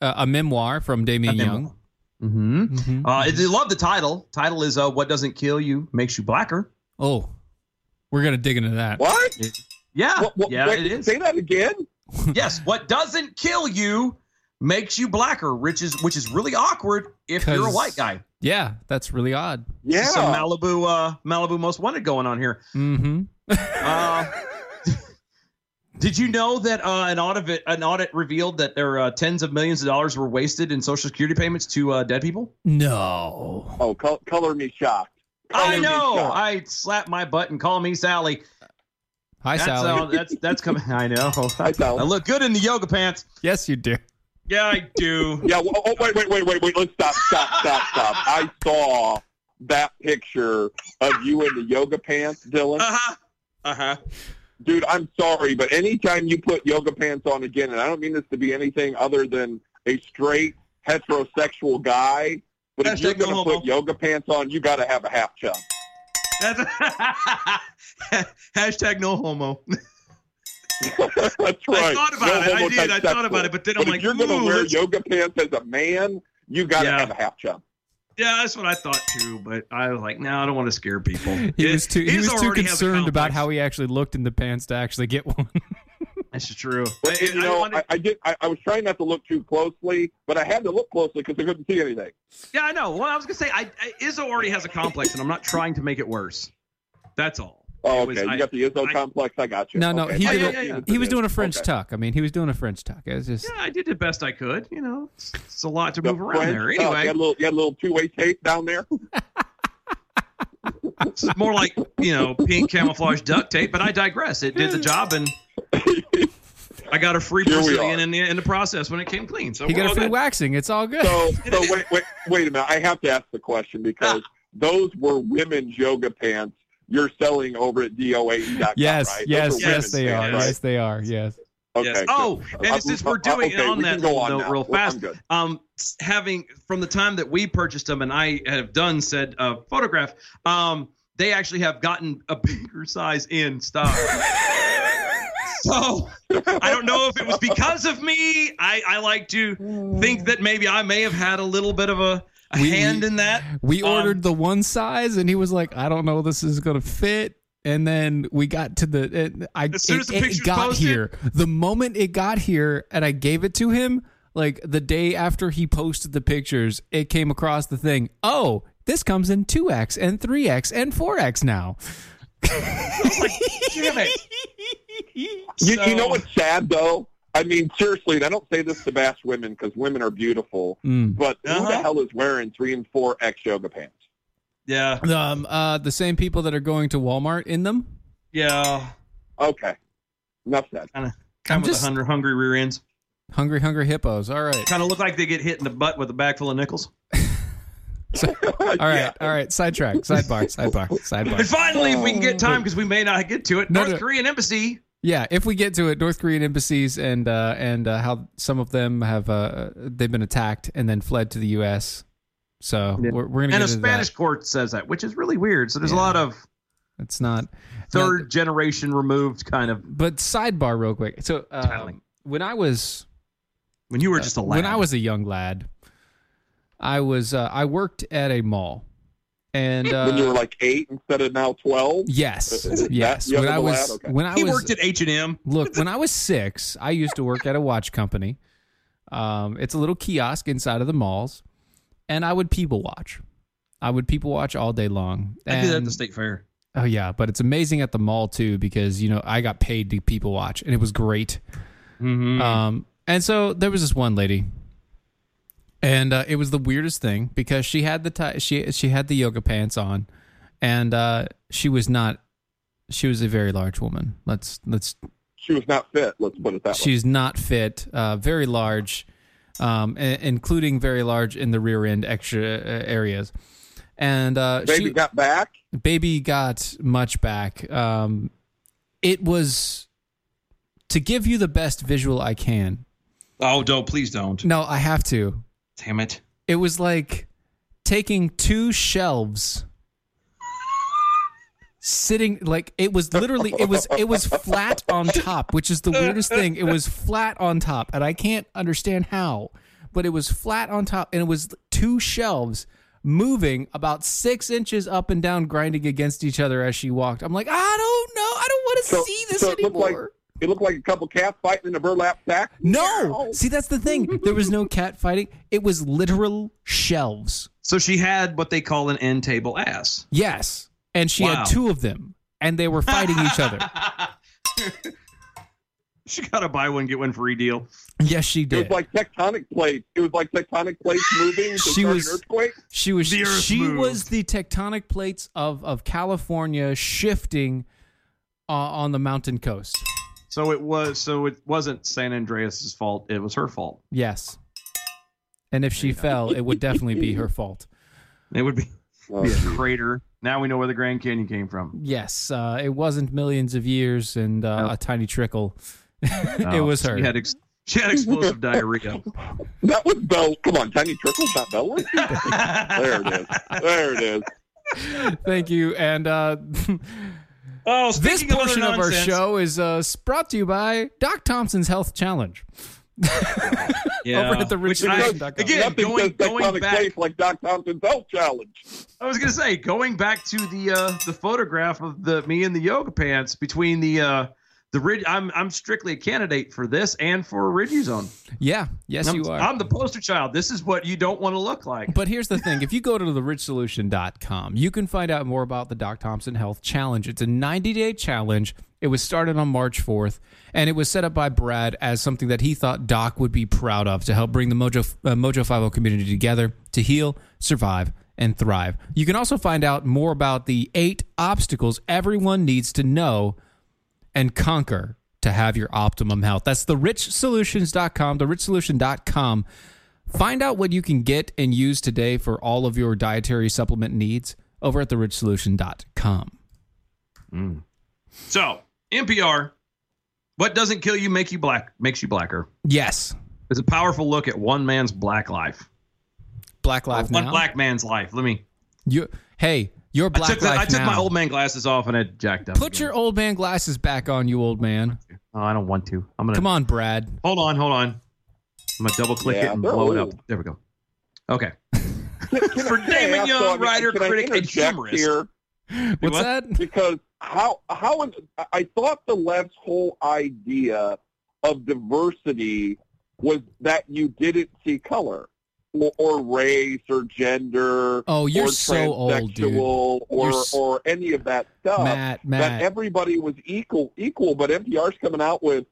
F: Uh, a memoir from Damien Young.
E: Mm-hmm.
F: Mhm.
E: Uh, I do love the title. Title is uh, "What Doesn't Kill You Makes You Blacker."
F: oh, we're gonna dig into
E: uh,
F: that.
G: What?
E: Yeah,
G: What- what-
E: yeah,
G: wait,
E: it is.
G: Say that again.
E: yes, what doesn't kill you makes you blacker, which is which is really awkward if you're a
F: 'Cause-
E: white guy.
F: Yeah, that's really odd.
G: Yeah.
E: Some Malibu, uh, Malibu Most Wanted going on here.
F: Mm-hmm.
E: Uh, did you know that uh, an audit an audit revealed that there uh, tens of millions of dollars were wasted in Social Security payments to uh, dead people?
F: No.
G: oh, col- color me shocked. Color
E: I
G: me
E: know.
G: shocked.
E: I slapped my butt and call me Sally.
F: Hi,
E: That's
F: Sally.
E: all- that's that's coming. I know.
G: Hi, Sal.
E: I look good in the yoga pants.
F: Yes, you do.
E: Yeah, I do.
G: Yeah. Well, oh, wait, wait, wait, wait, wait. Let's stop, stop, stop, stop. I saw that picture of you in the yoga pants, Dylan.
E: huh. Uh huh.
G: Dude, I'm sorry, but anytime you put yoga pants on again, and I don't mean this to be anything other than a straight heterosexual guy, but if
E: Hashtag
G: you're
E: no
G: going to
E: homo.
G: put yoga pants on, you got to have a half chub.
E: That's hashtag no homo.
G: That's right.
E: I thought about it. I did. I thought about it, but then I'm
G: but
E: like,
G: if you're gonna
E: "Ooh,
G: wear
E: let's-
G: yoga pants as a man, you got to
E: Yeah.
G: have a half chub.
E: Yeah, that's what I thought too. But I was like, no, I don't want to scare people.
F: He
E: It-
F: was too. He
E: his
F: was too
E: already has a
F: concerned about
E: complex.
F: how he actually looked in the pants to actually get one.
E: That's true.
G: But,
E: I-
G: you
E: I
G: know,
E: wanted-
G: I, I did. I, I was trying not to look too closely, but I had to look closely because I couldn't see anything.
E: yeah, I know. Well, I was gonna say, I, I Izzo already has a complex, and I'm not trying to make it worse. That's all.
G: Oh,
E: It was-
G: okay. you
E: I-
G: got the Izzo
E: I-
G: complex. I got you.
F: No, no,
G: Okay.
F: he
G: I
F: did
E: a-
G: don't see this
F: he
G: as
F: was
G: it.
F: doing a French
G: Okay.
F: tuck. I mean, he was doing a French tuck. It was just.
E: Yeah, I did the best I could. You know, it's, it's a lot to
G: The
E: move around there.
G: French tuck. You
E: Anyway,
G: had a little, you had a little two-way tape down there.
E: it's more like you know pink camouflage duct tape. But I digress. It did the job, and I got a free
G: Here we
E: Brazilian
G: are.
E: in the in the process when it came clean. So
F: He
E: we're
F: got
E: all
F: a free
E: good.
F: waxing. It's all good.
G: So, so wait, wait, wait a minute. I have to ask the question because those were women's yoga pants. you're selling over at doae.com.
F: Yes,
G: E right?
F: yes,
G: Those are
F: yes,
G: women's
F: they
G: things,
F: are.
G: right?
F: Yes, they are. Yes.
G: Okay.
E: Yes.
G: good.
E: Oh,
G: Uh,
E: and since we're
G: uh,
E: doing it
G: okay,
E: on
G: we
E: that
G: can go on
E: note
G: now.
E: real
G: Well, I'm
E: fast,
G: good.
E: um, s- having from the time that we purchased them and I have done said uh, photograph, um, they actually have gotten a bigger size in stock. so I don't know if it was because of me. I, I like to think that maybe I may have had a little bit of a, a
F: We-
E: hand
F: we-
E: in that.
F: We
E: Um,
F: ordered the one size, and he was like, "I don't know, this is gonna fit." And then we got to the. and I
E: As soon
F: it,
E: as the
F: it
E: picture's
F: got
E: posted-
F: here, the moment it got here, and I gave it to him, like the day after he posted the pictures, it came across the thing. Oh, this comes in two X and three X and four X now.
E: Damn it.
G: You, you know
E: So-
G: what's sad though? I mean, seriously, and I don't say this to bash women because women are beautiful,
F: Mm.
G: but who the
E: Uh-huh.
G: hell is wearing three and four X yoga pants?
E: Yeah.
F: Um, uh, the same people that are going to Walmart in them.
E: Yeah.
G: Okay, enough said.
E: Kind
F: I'm
E: of with
F: just-
E: a hundred hungry rear ends.
F: Hungry, hungry hippos. All right.
E: Kind of look like they get hit in the butt with a bag full of nickels.
F: All right, all right. Sidetrack, sidebar, sidebar,
E: And
F: sidebar.
E: finally, if we can get time, because we may not get to it,
F: No,
E: North
F: no.
E: Korean embassy.
F: Yeah, if we get to it, North Korean embassies and uh, and uh, how some of them have uh, they've been attacked and then fled to the U.S. So we're, we're gonna
E: And a
F: get into
E: Spanish court says that, which is really weird. So there's a
F: Yeah.
E: lot of
F: that. It's not
E: third generation removed kind of.
F: But sidebar, real quick. So um,
E: Totally.
F: when I was
E: When you were just a lad.
F: When I was a young lad, I was uh, I worked at a mall, and uh,
G: when you were like eight instead of now twelve.
F: yes,
G: Is that
F: yes.
G: young
F: When
G: of
F: I
G: a
F: was
G: lad? Okay.
F: when I
E: he
F: was
E: worked at H and M.
F: Look, when I was six, I used to work at a watch company. Um, it's a little kiosk inside of the malls, and I would people watch. I would people watch all day long.
E: I did that at
F: And-
E: the state fair.
F: Oh yeah, but it's amazing at the mall too because you know I got paid to people watch, and it was great.
E: Mm-hmm.
F: Um, and so there was this one lady, and uh, it was the weirdest thing because she had the ti- she she had the yoga pants on, and uh, she was not. She was a very large woman. Let's let's
G: She was not fit. Let's put it that way.
F: She's not fit, uh, very large, um, i- including very large in the rear end extra uh, areas. And uh,
G: Baby
F: she,
G: got back.
F: baby got much back. Um, it was to give you the best visual I can.
E: oh, don't please don't.
F: No, I have to.
E: Damn it.
F: It was like taking two shelves. Sitting like it was literally it was it was flat on top, which is the weirdest thing. It was flat on top, and I can't understand how, but it was flat on top, and it was two shelves moving about six inches up and down, grinding against each other as she walked. I'm like, I don't know, I don't want to
G: So,
F: see this
G: so it looked
F: anymore.
G: like it looked like a couple cats fighting in a burlap sack.
F: no, see that's the thing. There was no cat fighting. It was literal shelves.
E: So she had what they call an end table ass.
F: Yes. And she
E: Wow.
F: had two of them and they were fighting each other.
E: She got a buy one get one free deal.
F: Yes, she
G: It
F: did.
G: was like tectonic plates. It was like tectonic plates moving. to
F: She
G: start an
F: was-
G: earthquake.
F: she was
E: The earth
F: she
E: moved.
F: was the tectonic plates of of California shifting uh, on the mountain coast.
E: So it was. So it wasn't San Andreas's fault. It was her fault.
F: Yes. And if she fell, it would definitely be her fault.
E: It would be
G: Oh,
E: be a crater. Now we know where the Grand Canyon came from.
F: Yes, uh, it wasn't millions of years and uh, a tiny trickle. it
E: Oh,
F: was her.
E: She had, ex- she had explosive diarrhea.
G: That was Bell. Come on, Tiny Trickle's not Bella. there it is. There it is.
F: Thank you. And uh,
E: Oh,
F: this
E: speaking
F: portion
E: other
F: of our
E: nonsense-
F: show is uh, brought to you by Doc Thompson's Health Challenge.
E: Yeah.
F: over at the
E: Which
F: Richmond
E: I-
F: Dot com.
E: Again,
G: Nothing
E: going
G: says
E: going
G: tectonic
E: back.
G: plates like Doc Thompson's health challenge.
E: I was gonna say going back to the uh, the photograph of the me in the yoga pants between the uh, the rid. I'm I'm strictly a candidate for this and for a review zone.
F: Yeah, yes,
E: I'm,
F: you are.
E: I'm the poster child. This is what you don't want to look like.
F: but here's the thing if you go to therichsolution.com, you can find out more about the Doc Thompson Health Challenge. It's a 90 day challenge. It was started on March 4th, and it was set up by Brad as something that he thought Doc would be proud of to help bring the Mojo, uh, Mojo 50 community together to heal, survive, and thrive. You can also find out more about the eight obstacles everyone needs to know and conquer to have your optimum health. That's therichsolutions.com, therichsolution.com. Find out what you can get and use today for all of your dietary supplement needs over at therichsolution.com.
E: So NPR, what doesn't kill you make you black makes you blacker.
F: Yes.
E: It's a powerful look at one man's black life.
F: Black life
E: Oh, One
F: now.
E: black man's life. Let me.
F: You. Hey, your black
E: I took, the-
F: life
E: I took my
F: now.
E: old man glasses off and I jacked up.
F: Put your old man glasses back on, you old man.
E: Oh, I don't want to. I'm gonna.
F: Come on, Brad.
E: Hold on, hold on. I'm gonna double click
F: Yeah,
E: it and
F: they're
E: blow it
F: old.
E: up. There we go. Okay.
G: For
E: Damon Young, writer, critic, and humorist.
G: What's
F: that?
G: Because how how is- I- I thought the left's whole idea of diversity was that you didn't see color. Or, or race, or gender,
F: Oh, you're
G: or
F: so old, dude.
G: transsexual, or
F: You're s-
G: or any of that
E: Oh,
G: stuff.
F: Matt,
G: That
F: Matt.
G: everybody was equal, equal. But NPR's coming out with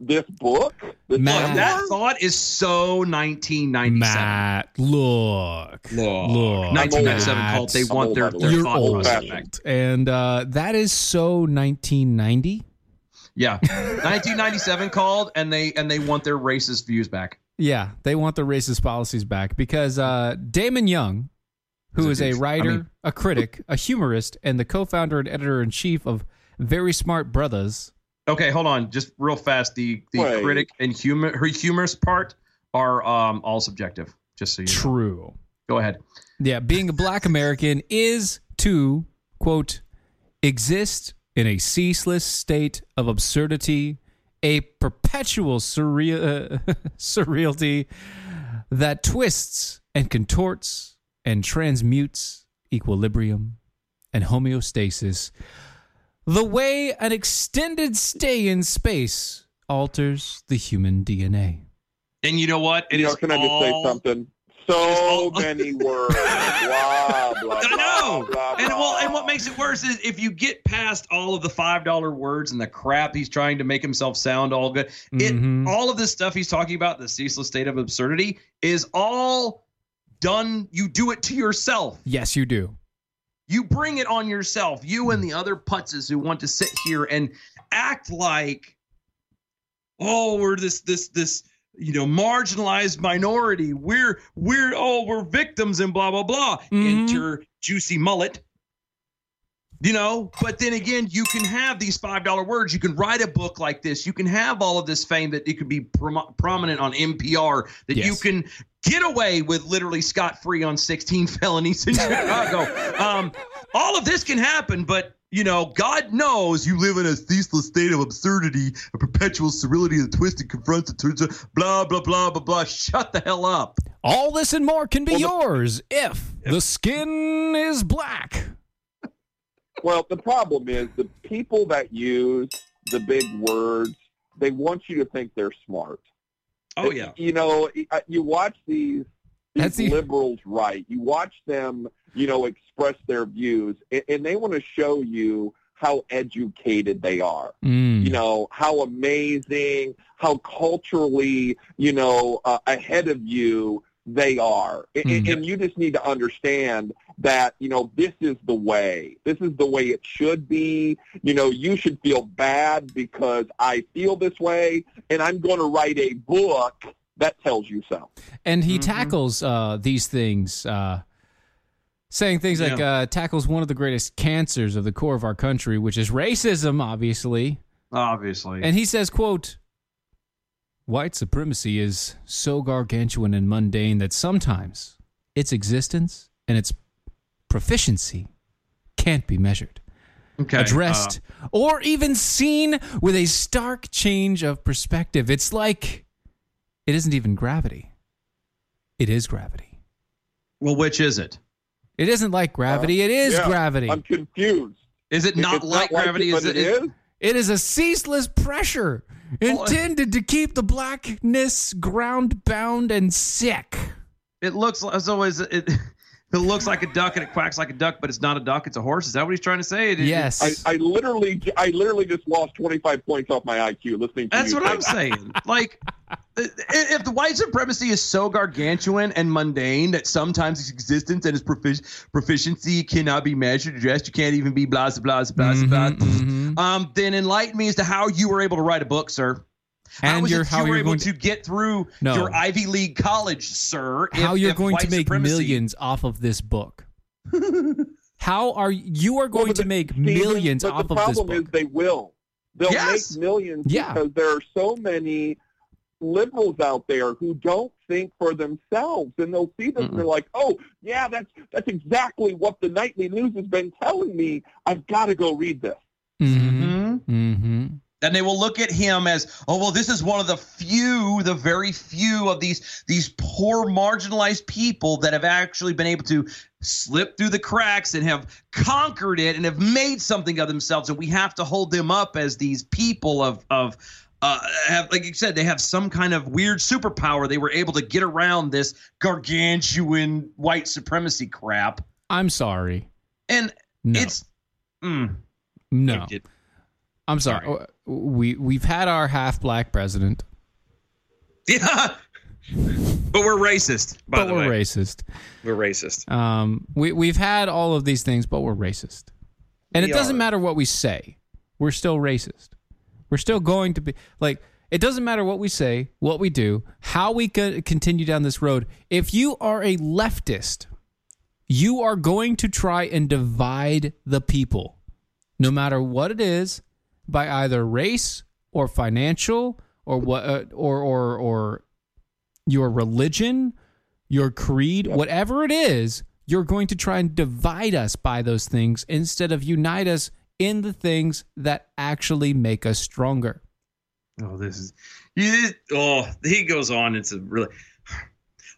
G: this book.
E: Look,
G: This
E: that thought is so 1997.
F: Matt, look,
E: look,
F: look.
E: 1997 cult, they want their- their
F: You're
E: thought
F: old,
E: process back.
F: and uh, that is so 1990.
E: Yeah, 1997 called, and they and they want their racist views back.
F: Yeah, they want their racist policies back because uh, Damon Young, who is a writer, a critic, a humorist, and the co-founder and editor-in-chief of Very Smart Brothers.
E: Okay, hold on, just real fast. The the
F: Wait.
E: critic and humor her humorous part are um all subjective. Just so you know.
F: True.
E: Go ahead.
F: Yeah, being a black American is to, quote, exist in a ceaseless state of absurdity, a perpetual surreal, uh, surrealty that twists and contorts and transmutes equilibrium and homeostasis, the way an extended stay in space alters the human DNA.
E: And you know what? It
G: you
E: is
G: know, can I just say
E: all-
G: something? So many words. blah, blah,
E: I know.
G: blah,
E: and
G: blah.
E: well, and what makes it worse is if you get past all of the five dollar words and the crap he's trying to make himself sound all good.
F: Mhm.
E: It all of this stuff he's talking about, the ceaseless state of absurdity, is all done. You do it to yourself.
F: Yes, you do.
E: You bring it on yourself. You and the other putzes who want to sit here and act like, oh, we're this this this you know marginalized minority. We're we're oh we're victims and blah blah blah. Enter juicy mullet. You know, but then again, you can have these five dollar words. You can write a book like this. You can have all of this fame that it could be prom- prominent on NPR. That you can get away with literally scot free on sixteen felonies in Chicago. Um, all of this can happen, but you know, God knows you live in a ceaseless state of absurdity, a perpetual sterility that twists and confronts and turns. Blah blah blah blah blah. Shut the hell up.
F: All this and more can be yours if the skin is black.
G: Well, the problem is the people that use the big words, they want you to think they're smart.
E: Oh, yeah.
G: You know, I- you watch these, these
F: That's the-
G: liberals right. You watch them, you know, express their views, and, and they want to show you how educated they are.
F: Mm.
G: you know how amazing how culturally you know uh, ahead of you they are A- a- and,
M: Mhm.
F: Mm.
G: you just need to understand that you know this is the way this is the way it should be you know you should feel bad because i feel this way and i'm going to write a book that tells you so
F: And he tackles uh, these things, uh, saying things like
G: Yeah.
F: uh, tackles one of the greatest cancers of the core of our country, which is racism, obviously.
E: Obviously.
F: And he says, quote, White supremacy is so gargantuan and mundane that sometimes its existence and its proficiency can't be measured,
E: Okay, uh,
F: addressed, or even seen with a stark change of perspective. It's like it isn't even gravity. It is gravity.
E: Well, which is it?
F: It isn't like gravity.
E: Uh,
F: it is
G: Yeah,
F: gravity.
G: i'm confused
E: Is it
G: If
E: not
G: it's
E: like gravity?
G: but
E: Is it-
G: it
E: is-
G: is
F: It is a ceaseless pressure intended to keep the blackness ground bound and sick.
E: It looks like so is it. It looks like a duck and it quacks like a duck, but it's not a duck; it's a horse. Is that what he's trying to say? It- it-
G: I, I literally, I literally just lost 25 points off my IQ listening to
E: That's
G: you
E: what
G: say
E: I'm
G: that.
E: saying. Like, i- if the white supremacy is so gargantuan and mundane that sometimes its existence and its profic- proficiency cannot be measured, addressed, you can't even be blah, blah, blah, blah,
F: Mm-hmm,
E: blah, um, then enlighten me as to how you were able to write a book, sir.
F: And
E: how is
F: your-
E: it
F: how
E: you were
F: you're
E: able
F: going
E: to,
F: to-
E: get through
F: No.
E: your Ivy League college, sir?
F: How
E: if-
F: you're
E: if
F: going to
E: white
F: make
E: supremacy-
F: millions off of this book. How are you are going to make millions
G: but
F: off
G: the
F: of this
G: problem
F: book?
G: is they will. They'll
F: Yes.
G: make millions
F: Yeah.
G: because there are so many liberals out there who don't think for themselves, and they'll see this and they're like, "Oh, yeah, that's that's exactly what the nightly news has been telling me. I've got to go read this."
E: Mm-hmm.
F: Mm-hmm.
E: And they will look at him as, oh well, this is one of the few, the very few of these these poor marginalized people that have actually been able to slip through the cracks and have conquered it and have made something of themselves. And we have to hold them up as these people of of uh, have, like you said, they have some kind of weird superpower. They were able to get around this gargantuan white supremacy crap.
F: I'm sorry.
E: And
F: No.
E: it's mm,
F: No. I'm sorry. Uh, We we've had our half black president,
E: yeah, but we're racist. By
F: but
E: the
F: we're
E: way,
F: racist.
E: we're racist.
F: Um, we we've had all of these things, but we're racist. And
E: We
F: it doesn't
E: are.
F: matter what we say, we're still racist. We're still going to be like it doesn't matter what we say, what we do, how we co- continue down this road. If you are a leftist, you are going to try and divide the people, no matter what it is, by either race or financial or what uh, or or or your religion, your creed, whatever it is, you're going to try and divide us by those things instead of unite us in the things that actually make us stronger.
E: Oh, this is. You, oh, he goes on. It's a really.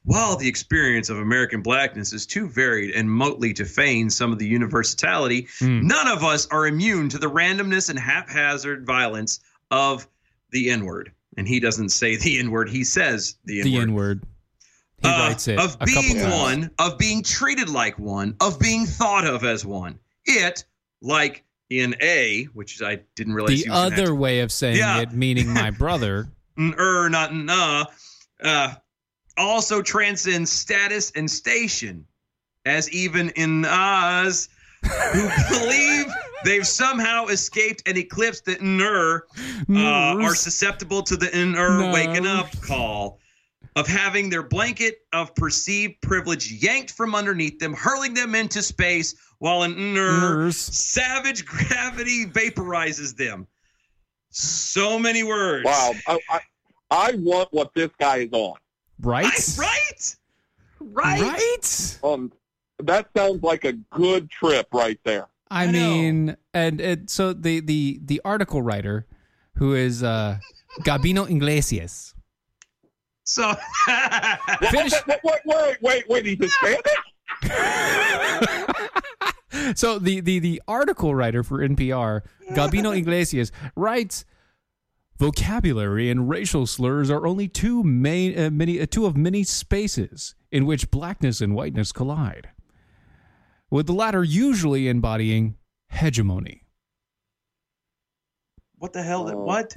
E: While the experience of American blackness is too varied and motley to feign some of the universality,
F: Hmm.
E: none of us are immune to the randomness and haphazard violence of the N word. And he doesn't say the N word, he says the N
F: The
E: word.
F: N word. He
E: Uh,
F: writes it
E: of
F: a couple
E: being
F: times.
E: one, of being treated like one, of being thought of as one. It, like in A, which I didn't realize
F: The
E: he was an
F: other way of saying
E: Yeah.
F: it, meaning my brother.
E: er, not an uh, uh, also transcends status and station, as even in us who believe they've somehow escaped and eclipsed the ner uh, are susceptible to the ner
M: No.
E: waking up call of having their blanket of perceived privilege yanked from underneath them, hurling them into space while an ner
F: Nurse.
E: savage gravity vaporizes them. So many words.
G: Wow, I, I, I want what this guy is on.
F: Right?
E: Right?
G: Right?
F: Right?
G: Um, that sounds like a good trip right there.
F: I, mean, and it, so the the the article writer, who is uh, Gabino Iglesias.
E: So
F: Finish-
G: Wait, wait, wait, wait, wait, he's Hispanic?
F: So the the the article writer for NPR, Gabino Iglesias, writes vocabulary and racial slurs are only two main uh, many uh, two of many spaces in which blackness and whiteness collide. With the latter usually embodying hegemony.
E: What the hell? What?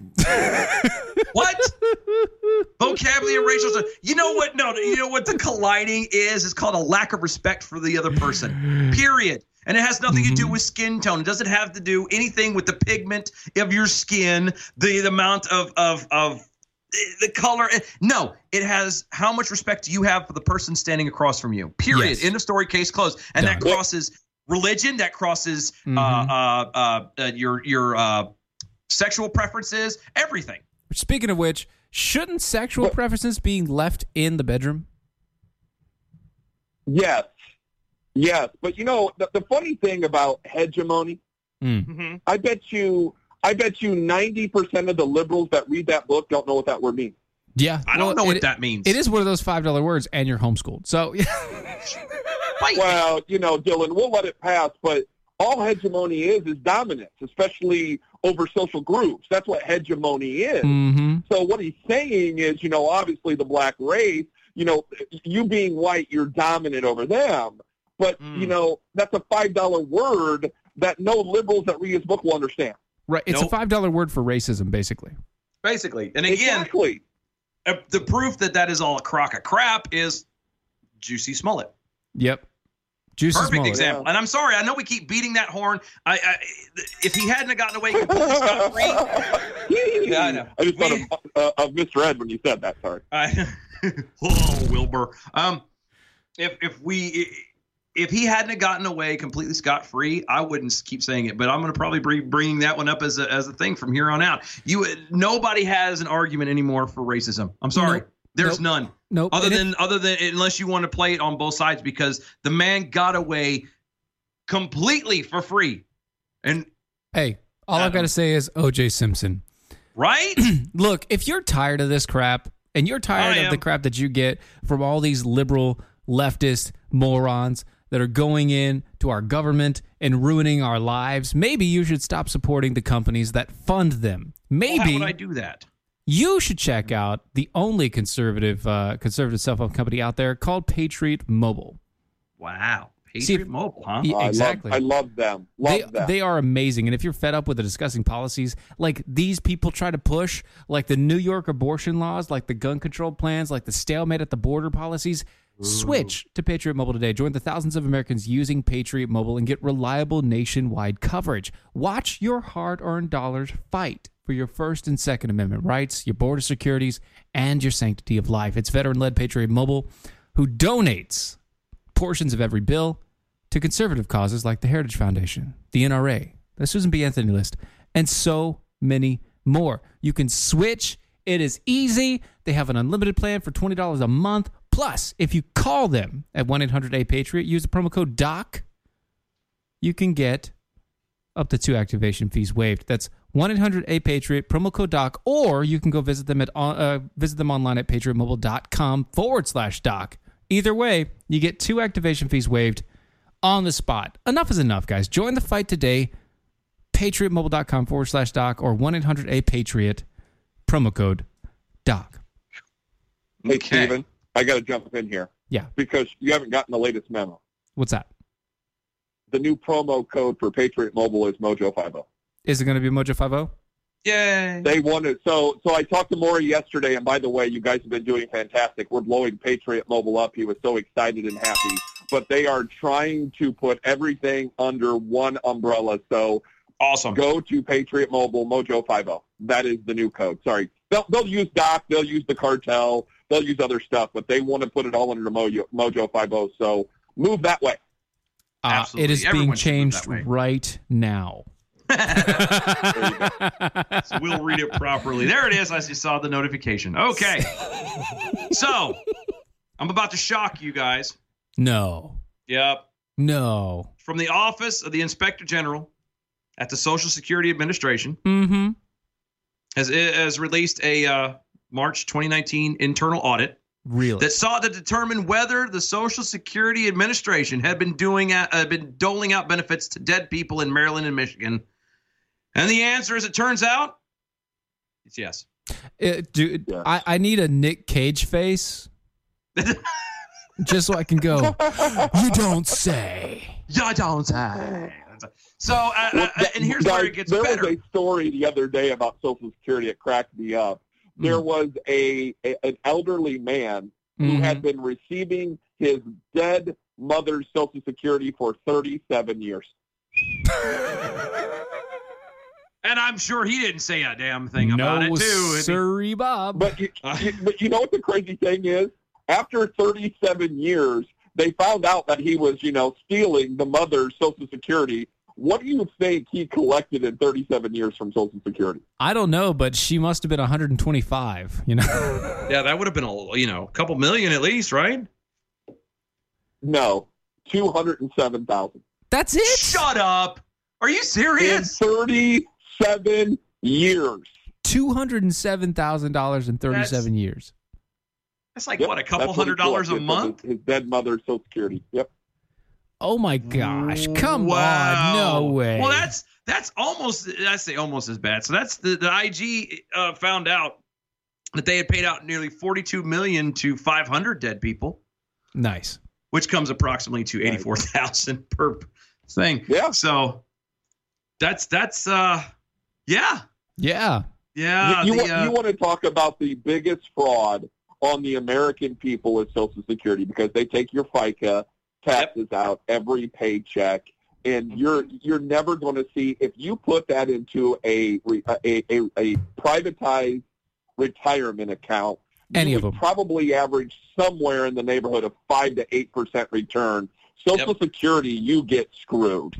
E: what? Vocabulary and racial. slur- You know what? No, you know what the colliding is? It's called a lack of respect for the other person. Period. And it has nothing to do with skin tone. It doesn't have to do anything with the pigment of your skin, the, the amount of of of the color. No, it has how much respect do you have for the person standing across from you? Period.
M: Yes.
E: End of story. Case closed. And that crosses religion. That crosses
F: Mm-hmm.
E: uh, uh, uh, uh, your your uh, sexual preferences, everything.
F: Speaking of which, shouldn't sexual preferences being left in the bedroom?
G: Yes. Yes. But you know, the, the funny thing about hegemony, I bet you I bet you ninety percent of the liberals that read that book don't know what that word means.
F: Yeah,
E: I don't
F: well,
E: know what
F: it-
E: that means.
F: It is one of those five dollar words, and you're homeschooled. So
G: Well, you know, Dylan, we'll let it pass, but all hegemony is is dominance, especially over social groups. That's what hegemony is.
E: Hmm.
F: Mhm.
G: So what he's saying is, you know, obviously the black race, you know, you being white, you're dominant over them. But,
E: Hmm.
G: you know, that's a $5 word that no liberals that read his book will understand.
F: right, it's a
E: Nope.
F: five dollar word for racism, basically.
E: Basically. And again, uh, the proof that that is all a crock of crap is Juicy Smollett.
F: Yep. Juicy
E: Perfect
F: Smollett.
E: example. And I'm sorry, I know we keep beating that horn. I, I if he hadn't have gotten away completely scot free. yeah, I know.
G: I just thought of, uh, of Mr. Ed when you said that.
E: Uh,
G: Sorry.
E: I, oh, Wilbur. Um, if if we if he hadn't have gotten away completely scot free, I wouldn't keep saying it. But I'm going to probably be bringing that one up as a, as a thing from here on out. You nobody has an argument anymore for racism. I'm sorry,
F: Nope.
E: there's
F: Nope.
E: none.
F: Nope.
E: Other
F: And if-
E: than other than unless you want to play it on both sides because the man got away completely for free, and
F: Hey, all I've got to say is OJ Simpson.
E: Right?
F: Look, if you're tired of this crap and you're tired of the crap that you get from all these liberal leftist morons that are going in to our government and ruining our lives, maybe you should stop supporting the companies that fund them. Maybe
E: how would I do that?
F: you should check out the only conservative uh, conservative self-help company out there called Patriot Mobile.
E: Wow, Patriot
F: See,
E: Mobile, huh?
F: Yeah, exactly.
G: Oh, I love, I love them. Love
F: they,
G: them.
F: they are amazing. And if you're fed up with the disgusting policies like these people try to push, like the New York abortion laws, like the gun control plans, like the stalemate at the border policies, switch to Patriot Mobile today. Join the thousands of Americans using Patriot Mobile and get reliable nationwide coverage. Watch your hard earned dollars fight for your First and Second Amendment rights, your border securities, and your sanctity of life. It's veteran led Patriot Mobile who donates portions of every bill to conservative causes like the Heritage Foundation, the NRA, the Susan B. Anthony list, and so many more. You can switch. It is easy. They have an unlimited plan for $20 a month. Plus, if you call them at 1 800 A Patriot, use the promo code DOC, you can get up to two activation fees waived. That's 1-800-A-PATRIOT, promo code DOC, or you can go visit them at on- uh, visit them online at patriotmobile.com forward slash DOC. Either way, you get two activation fees waived on the spot. Enough is enough, guys. Join the fight today, patriotmobile.com forward slash DOC or 1-800-A-PATRIOT, promo code DOC.
G: Hey, Steven, I got to jump in here.
F: Yeah.
G: Because you haven't gotten the latest memo.
F: What's that?
G: The new promo code for Patriot Mobile is oh. Mojo50.
F: Is it going to be Mojo oh? 50?
E: Yay.
G: They want to. So, so I talked to Maury yesterday, and by the way, you guys have been doing fantastic. We're blowing Patriot Mobile up. He was so excited and happy. But they are trying to put everything under one umbrella. So
E: awesome.
G: Go to Patriot Mobile Mojo 50. That is the new code. Sorry, they'll, they'll use Doc. They'll use the cartel. They'll use other stuch, but they want to put it all under Mojo Mojo 50. So move that way.
F: Uh, it
G: Absolutely.
F: is
G: Everyone
F: being
G: should move that
F: changed right now.
E: So we'll read it properly. There it is. I just saw the notification. Okay. So I'm about to shock you guys.
F: No.
E: Yep.
F: No.
E: From the Office of the Inspector General at the Social Security Administration
F: Mm-hmm.
E: has, has released a uh, March 2019 internal audit
F: Really?
E: that sought to determine whether the Social Security Administration had been doing uh, been doling out benefits to dead people in Maryland and Michigan. And the answer, as it turns out, it's yes.
F: Uh, dude, I, I need a Nick Cage face. just so I can go, you don't say.
E: You don't say. So, uh, uh, and here's
G: Guys,
E: where it gets
G: there
E: better.
G: was a story the other day about Social Security that cracked me up. There
E: Hmm.
G: was a, a an elderly man who
M: Mhm.
G: had been receiving his dead mother's Social Security for 37 years.
E: and I'm sure he didn't say a damn thing about it, too.
F: Sorry, Mm-hmm. Bob.
G: But you,
E: Ah.
G: you- but you know what the crazy thing is? After 37 years, they found out that he was, you know, stealing the mother's Social Security. What do you think he collected in 37 years from Social Security?
F: I don't know, but she must have been 125. You know,
E: Yeah, that would have been a you know a couple million at least, right?
G: No, 207,000.
F: That's it?
E: Shut up. Are you serious?
G: In 37 years.
F: two hundred and seven thousand dollars in 37 years.
E: That's like
G: Yep,
E: what a couple
G: that's what he
E: hundred dollars a
G: collected from
E: month.
G: His, his dead mother's Social Security. Yep.
F: Oh my gosh! Come
E: Mm, Wow.
F: on, no way.
E: Well, that's that's almost I say almost as bad. So that's the the IG uh, found out that they had paid out nearly 42 million to 500 dead people,
F: nice.
E: which comes approximately to 84,000 per thing.
G: Yeah.
E: So that's that's uh yeah
F: yeah
E: yeah
G: You,
E: the,
G: you, wa-
E: uh,
G: you want to talk about the biggest fraud on the American people is Social Security because they take your FICA taxes out every paycheck, and you're you're never going to see if you put that into a re- a a, a privatized retirement account.
F: Any
G: you
F: of
G: would
F: them.
G: probably average somewhere in the neighborhood of five to eight percent return. Social Security, you get screwed.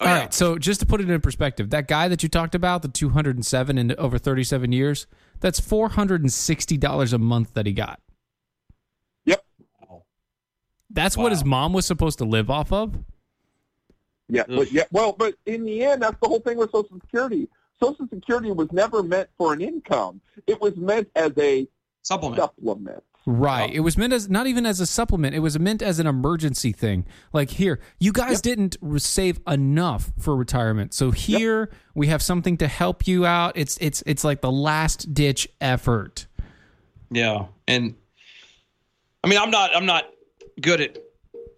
F: All right. So just to put it in perspective, that guy that you talked about, the 207 in over 37 years, that's $460 a month that he got.
G: Yep.
F: That's what his mom was supposed to live off of.
G: Yeah, but yeah, well, but in the end, that's the whole thing with Social Security. Social Security was never meant for an income; it was meant as a
E: supplement.
G: Supplement.
E: Oh.
F: Right. It was meant as not even as a supplement. It was meant as an emergency thing. Like here, you guys didn't re- save enough for retirement. So here we have something to help you out. It's it's it's like the last ditch effort.
E: Yeah, and I mean, I'm not I'm not good at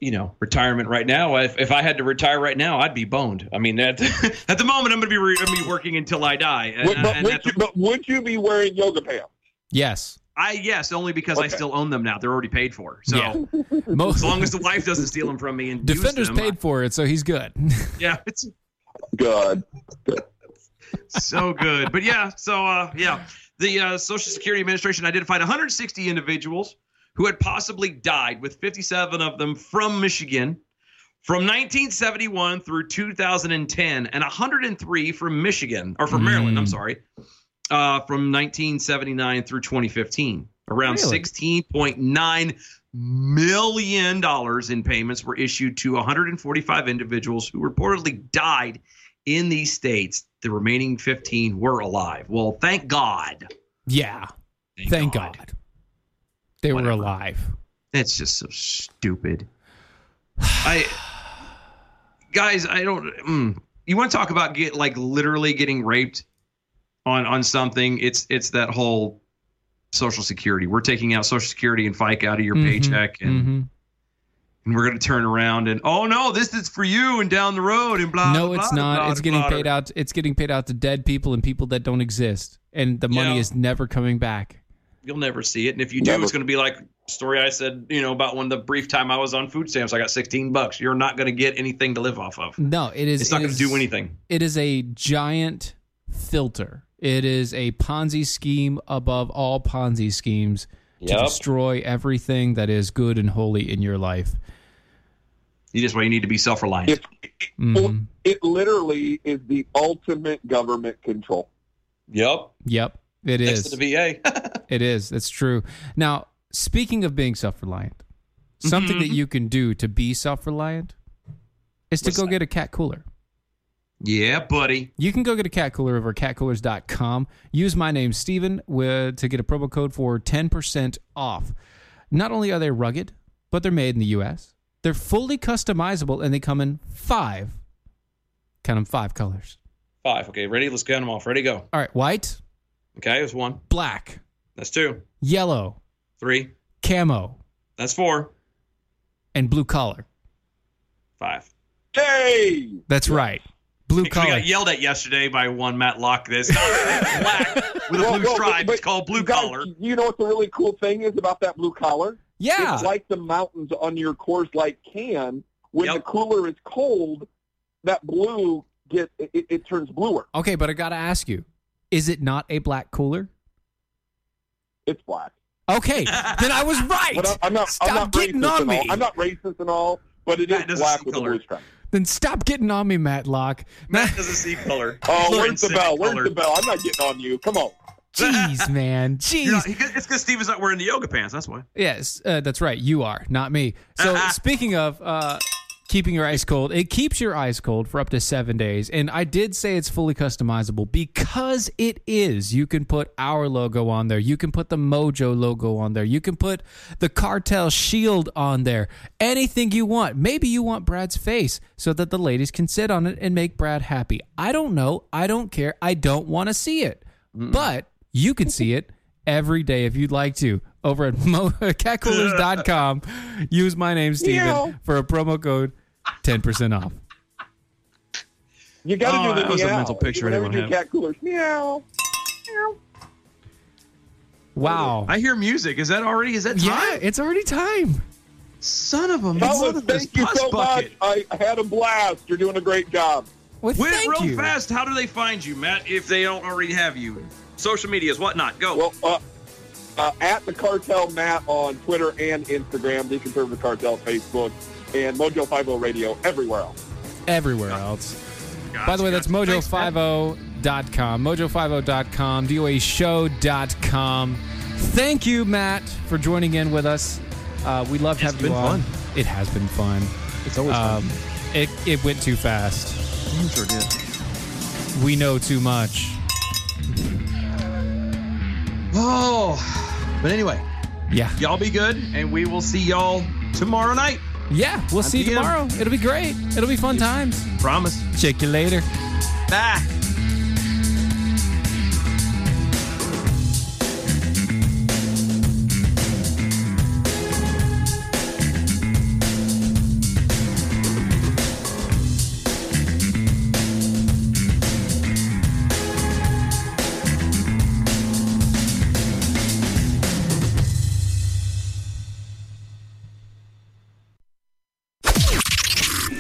E: you know retirement right now. If, if I had to retire right now, I'd be boned. I mean, at at the moment, I'm gonna be re- I'm gonna be working until I die. And,
G: Would- but,
E: and
G: would
E: at
G: you, but would you be wearing yoga pants?
F: Yes.
E: I yes, only because I
F: Okay.
E: still own them now. They're already paid for. So as long as the wife doesn't steal them from me and use
F: Defender's
E: them,
F: paid for it, so he's good.
E: yeah, it's
G: good.
E: so good. But yeah, so uh, yeah, the uh, Social Security Administration identified 160 individuals who had possibly died, with 57 of them from Michigan, from 1971 through 2010, and 103 from Michigan or from Maryland. I'm sorry, uh, from 1979 through 2015. Around
M: Really?
E: 16.9 million dollars in payments were issued to 145 individuals who reportedly died in these states. The remaining 15 were alive. Well, thank God.
F: Yeah. Thank, God. They were alive.
E: That's just so stupid. I guys, I don't. Mm, you want to talk about get like literally getting raped on on something? It's it's that whole Social Security. We're taking out Social Security and FICA out of your
F: Mm-hmm.
M: Mhm,
E: paycheck, and and we're gonna turn around and oh no, this is for you and down the road and blah.
F: no,
E: blah,
F: it's
E: blah,
F: not.
E: blah,
F: it's getting
E: blah.
F: paid out. It's getting paid out to dead people and people that don't exist, and the money is never coming back.
E: You'll never see it, and if you do, it's gonna be like story I said, you know, about when the brief time I was on food stamps, I got 16 bucks. You're not gonna get anything to live off of.
F: No, it is.
E: It's not
F: it
E: gonna
F: is-
E: do anything.
F: It is a giant filter. It is a Ponzi scheme above all Ponzi schemes to
E: Yep.
F: destroy everything that is good and holy in your life.
E: You just why you need to be self reliant. Mm-hmm.
F: Mhm.
G: It literally is the ultimate government control.
E: Yep.
F: Yep. It
E: Next
F: is.
E: to the VA.
F: It is. That's true. Now, speaking of being self reliant, something that you can do to be self reliant is to go get a cat cooler.
E: Yeah, buddy.
F: You can go get a cat cooler over at catcoolers.com. Use my name, Steven, with, to get a promo code for 10% off. Not only are they rugged, but they're made in the U.S., they're fully customizable, and they come in five, count 'em, five colors.
E: Five. Okay, ready? Let's count them off. Ready, go.
F: All right, white,
E: Okay, it was one.
F: black,
E: That's two.
F: yellow,
E: Three.
F: camo,
E: That's four.
F: and blue collar.
E: Five.
G: Hey!
F: That's right. Blue
E: We
F: collar.
E: got yelled at yesterday by one Matt Locke. This black with a blue stripe. it's called blue collar.
G: You know what the really cool thing is about that blue collar?
F: Yeah.
G: It's like the mountains on your Coors Light can. When the cooler is cold, that blue get it, it, it turns bluer.
F: Okay, but I got to ask you is it not a black cooler?
G: It's black.
F: Okay, then I was right.
G: But I, am not,
F: Stop
G: I'm not
F: getting
G: racist
F: on
G: at
F: me.
G: All. I'm not racist and all, but it is black with a blue stripe.
F: Then stop getting on me, Matlock.
E: Matt doesn't see color.
G: Oh, where's the bell? Where's the bell? I'm not getting on you. Come on.
F: Jeez, man.
E: You're
F: Jeez.
E: not- he- it's because Steve is not wearing the yoga pants. That's why.
F: Yes, uh, that's right. You are, not me. So, speaking of uh, keeping your ice cold, it keeps your ice cold for up to seven days. And I did say it's fully customizable because it is. You can put our logo on there. You can put the Mojo logo on there. You can put the Cartel Shield on there. Anything you want. Maybe you want Brad's face so that the ladies can sit on it and make Brad happy. I don't know. I don't care. I don't want to see it. But you can see it every day if you'd like to over at mo- catcoolers.com. Use my name, Steven,
G: Meow.
F: for a promo code 10% off.
G: You got to
F: Oh,
G: do the
F: that was a
G: meow.
F: mental picture I
G: Whenever
F: didn't
G: you
F: wanna
G: do cat coolers. Meow.
F: Wow.
E: I hear music. Is that already? Is that time?
F: Yeah, it's already time.
E: Son of a
G: Fellas,
E: mother-
G: thank you
E: pus
G: so
E: bucket.
G: much. I had a blast. You're doing a great job.
F: Well,
E: Wait, real fast. How do they find you, Matt? If they don't already have you, social medias, whatnot. Go.
G: Well, uh, uh, at the Cartel Matt on Twitter and Instagram, the Conservative Cartel Facebook, and Mojo Five O Radio everywhere else.
F: everywhere else. By the way, that's mojo50.com, mojo50.com, doashow.com. Thank you, Matt, for joining in with us. Uh, we love having
E: been
F: you on. It has been fun. It's always fun. It, it went too fast.
E: Sure did.
F: We know too much.
E: Oh, but anyway.
F: Yeah.
E: Y'all be good, and we will see y'all tomorrow night.
F: Yeah, we'll see you
E: 9 p.m.
F: tomorrow. It'll be great. It'll be fun times.
E: Promise.
F: Check you later.
E: Bye.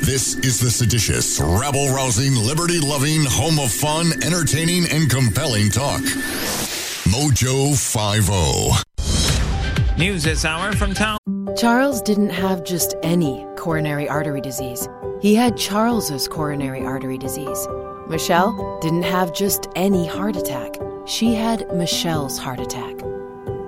A: This is the seditious, rabble rousing, liberty loving, home of fun, entertaining, and compelling talk. Mojo oh. 50.
M: News this hour from town.
N: Charles didn't have just any coronary artery disease. He had Charles's coronary artery disease. Michelle didn't have just any heart attack. She had Michelle's heart attack.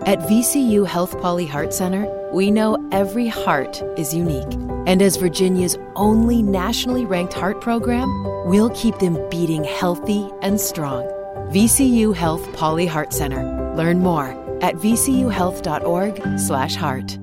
N: At VCU Health Poly Heart Center, we know every heart is unique. And as Virginia's only nationally ranked heart program, we'll keep them beating healthy and strong. VCU Health Poly Heart Center. Learn more at vcuhealth.org/heart.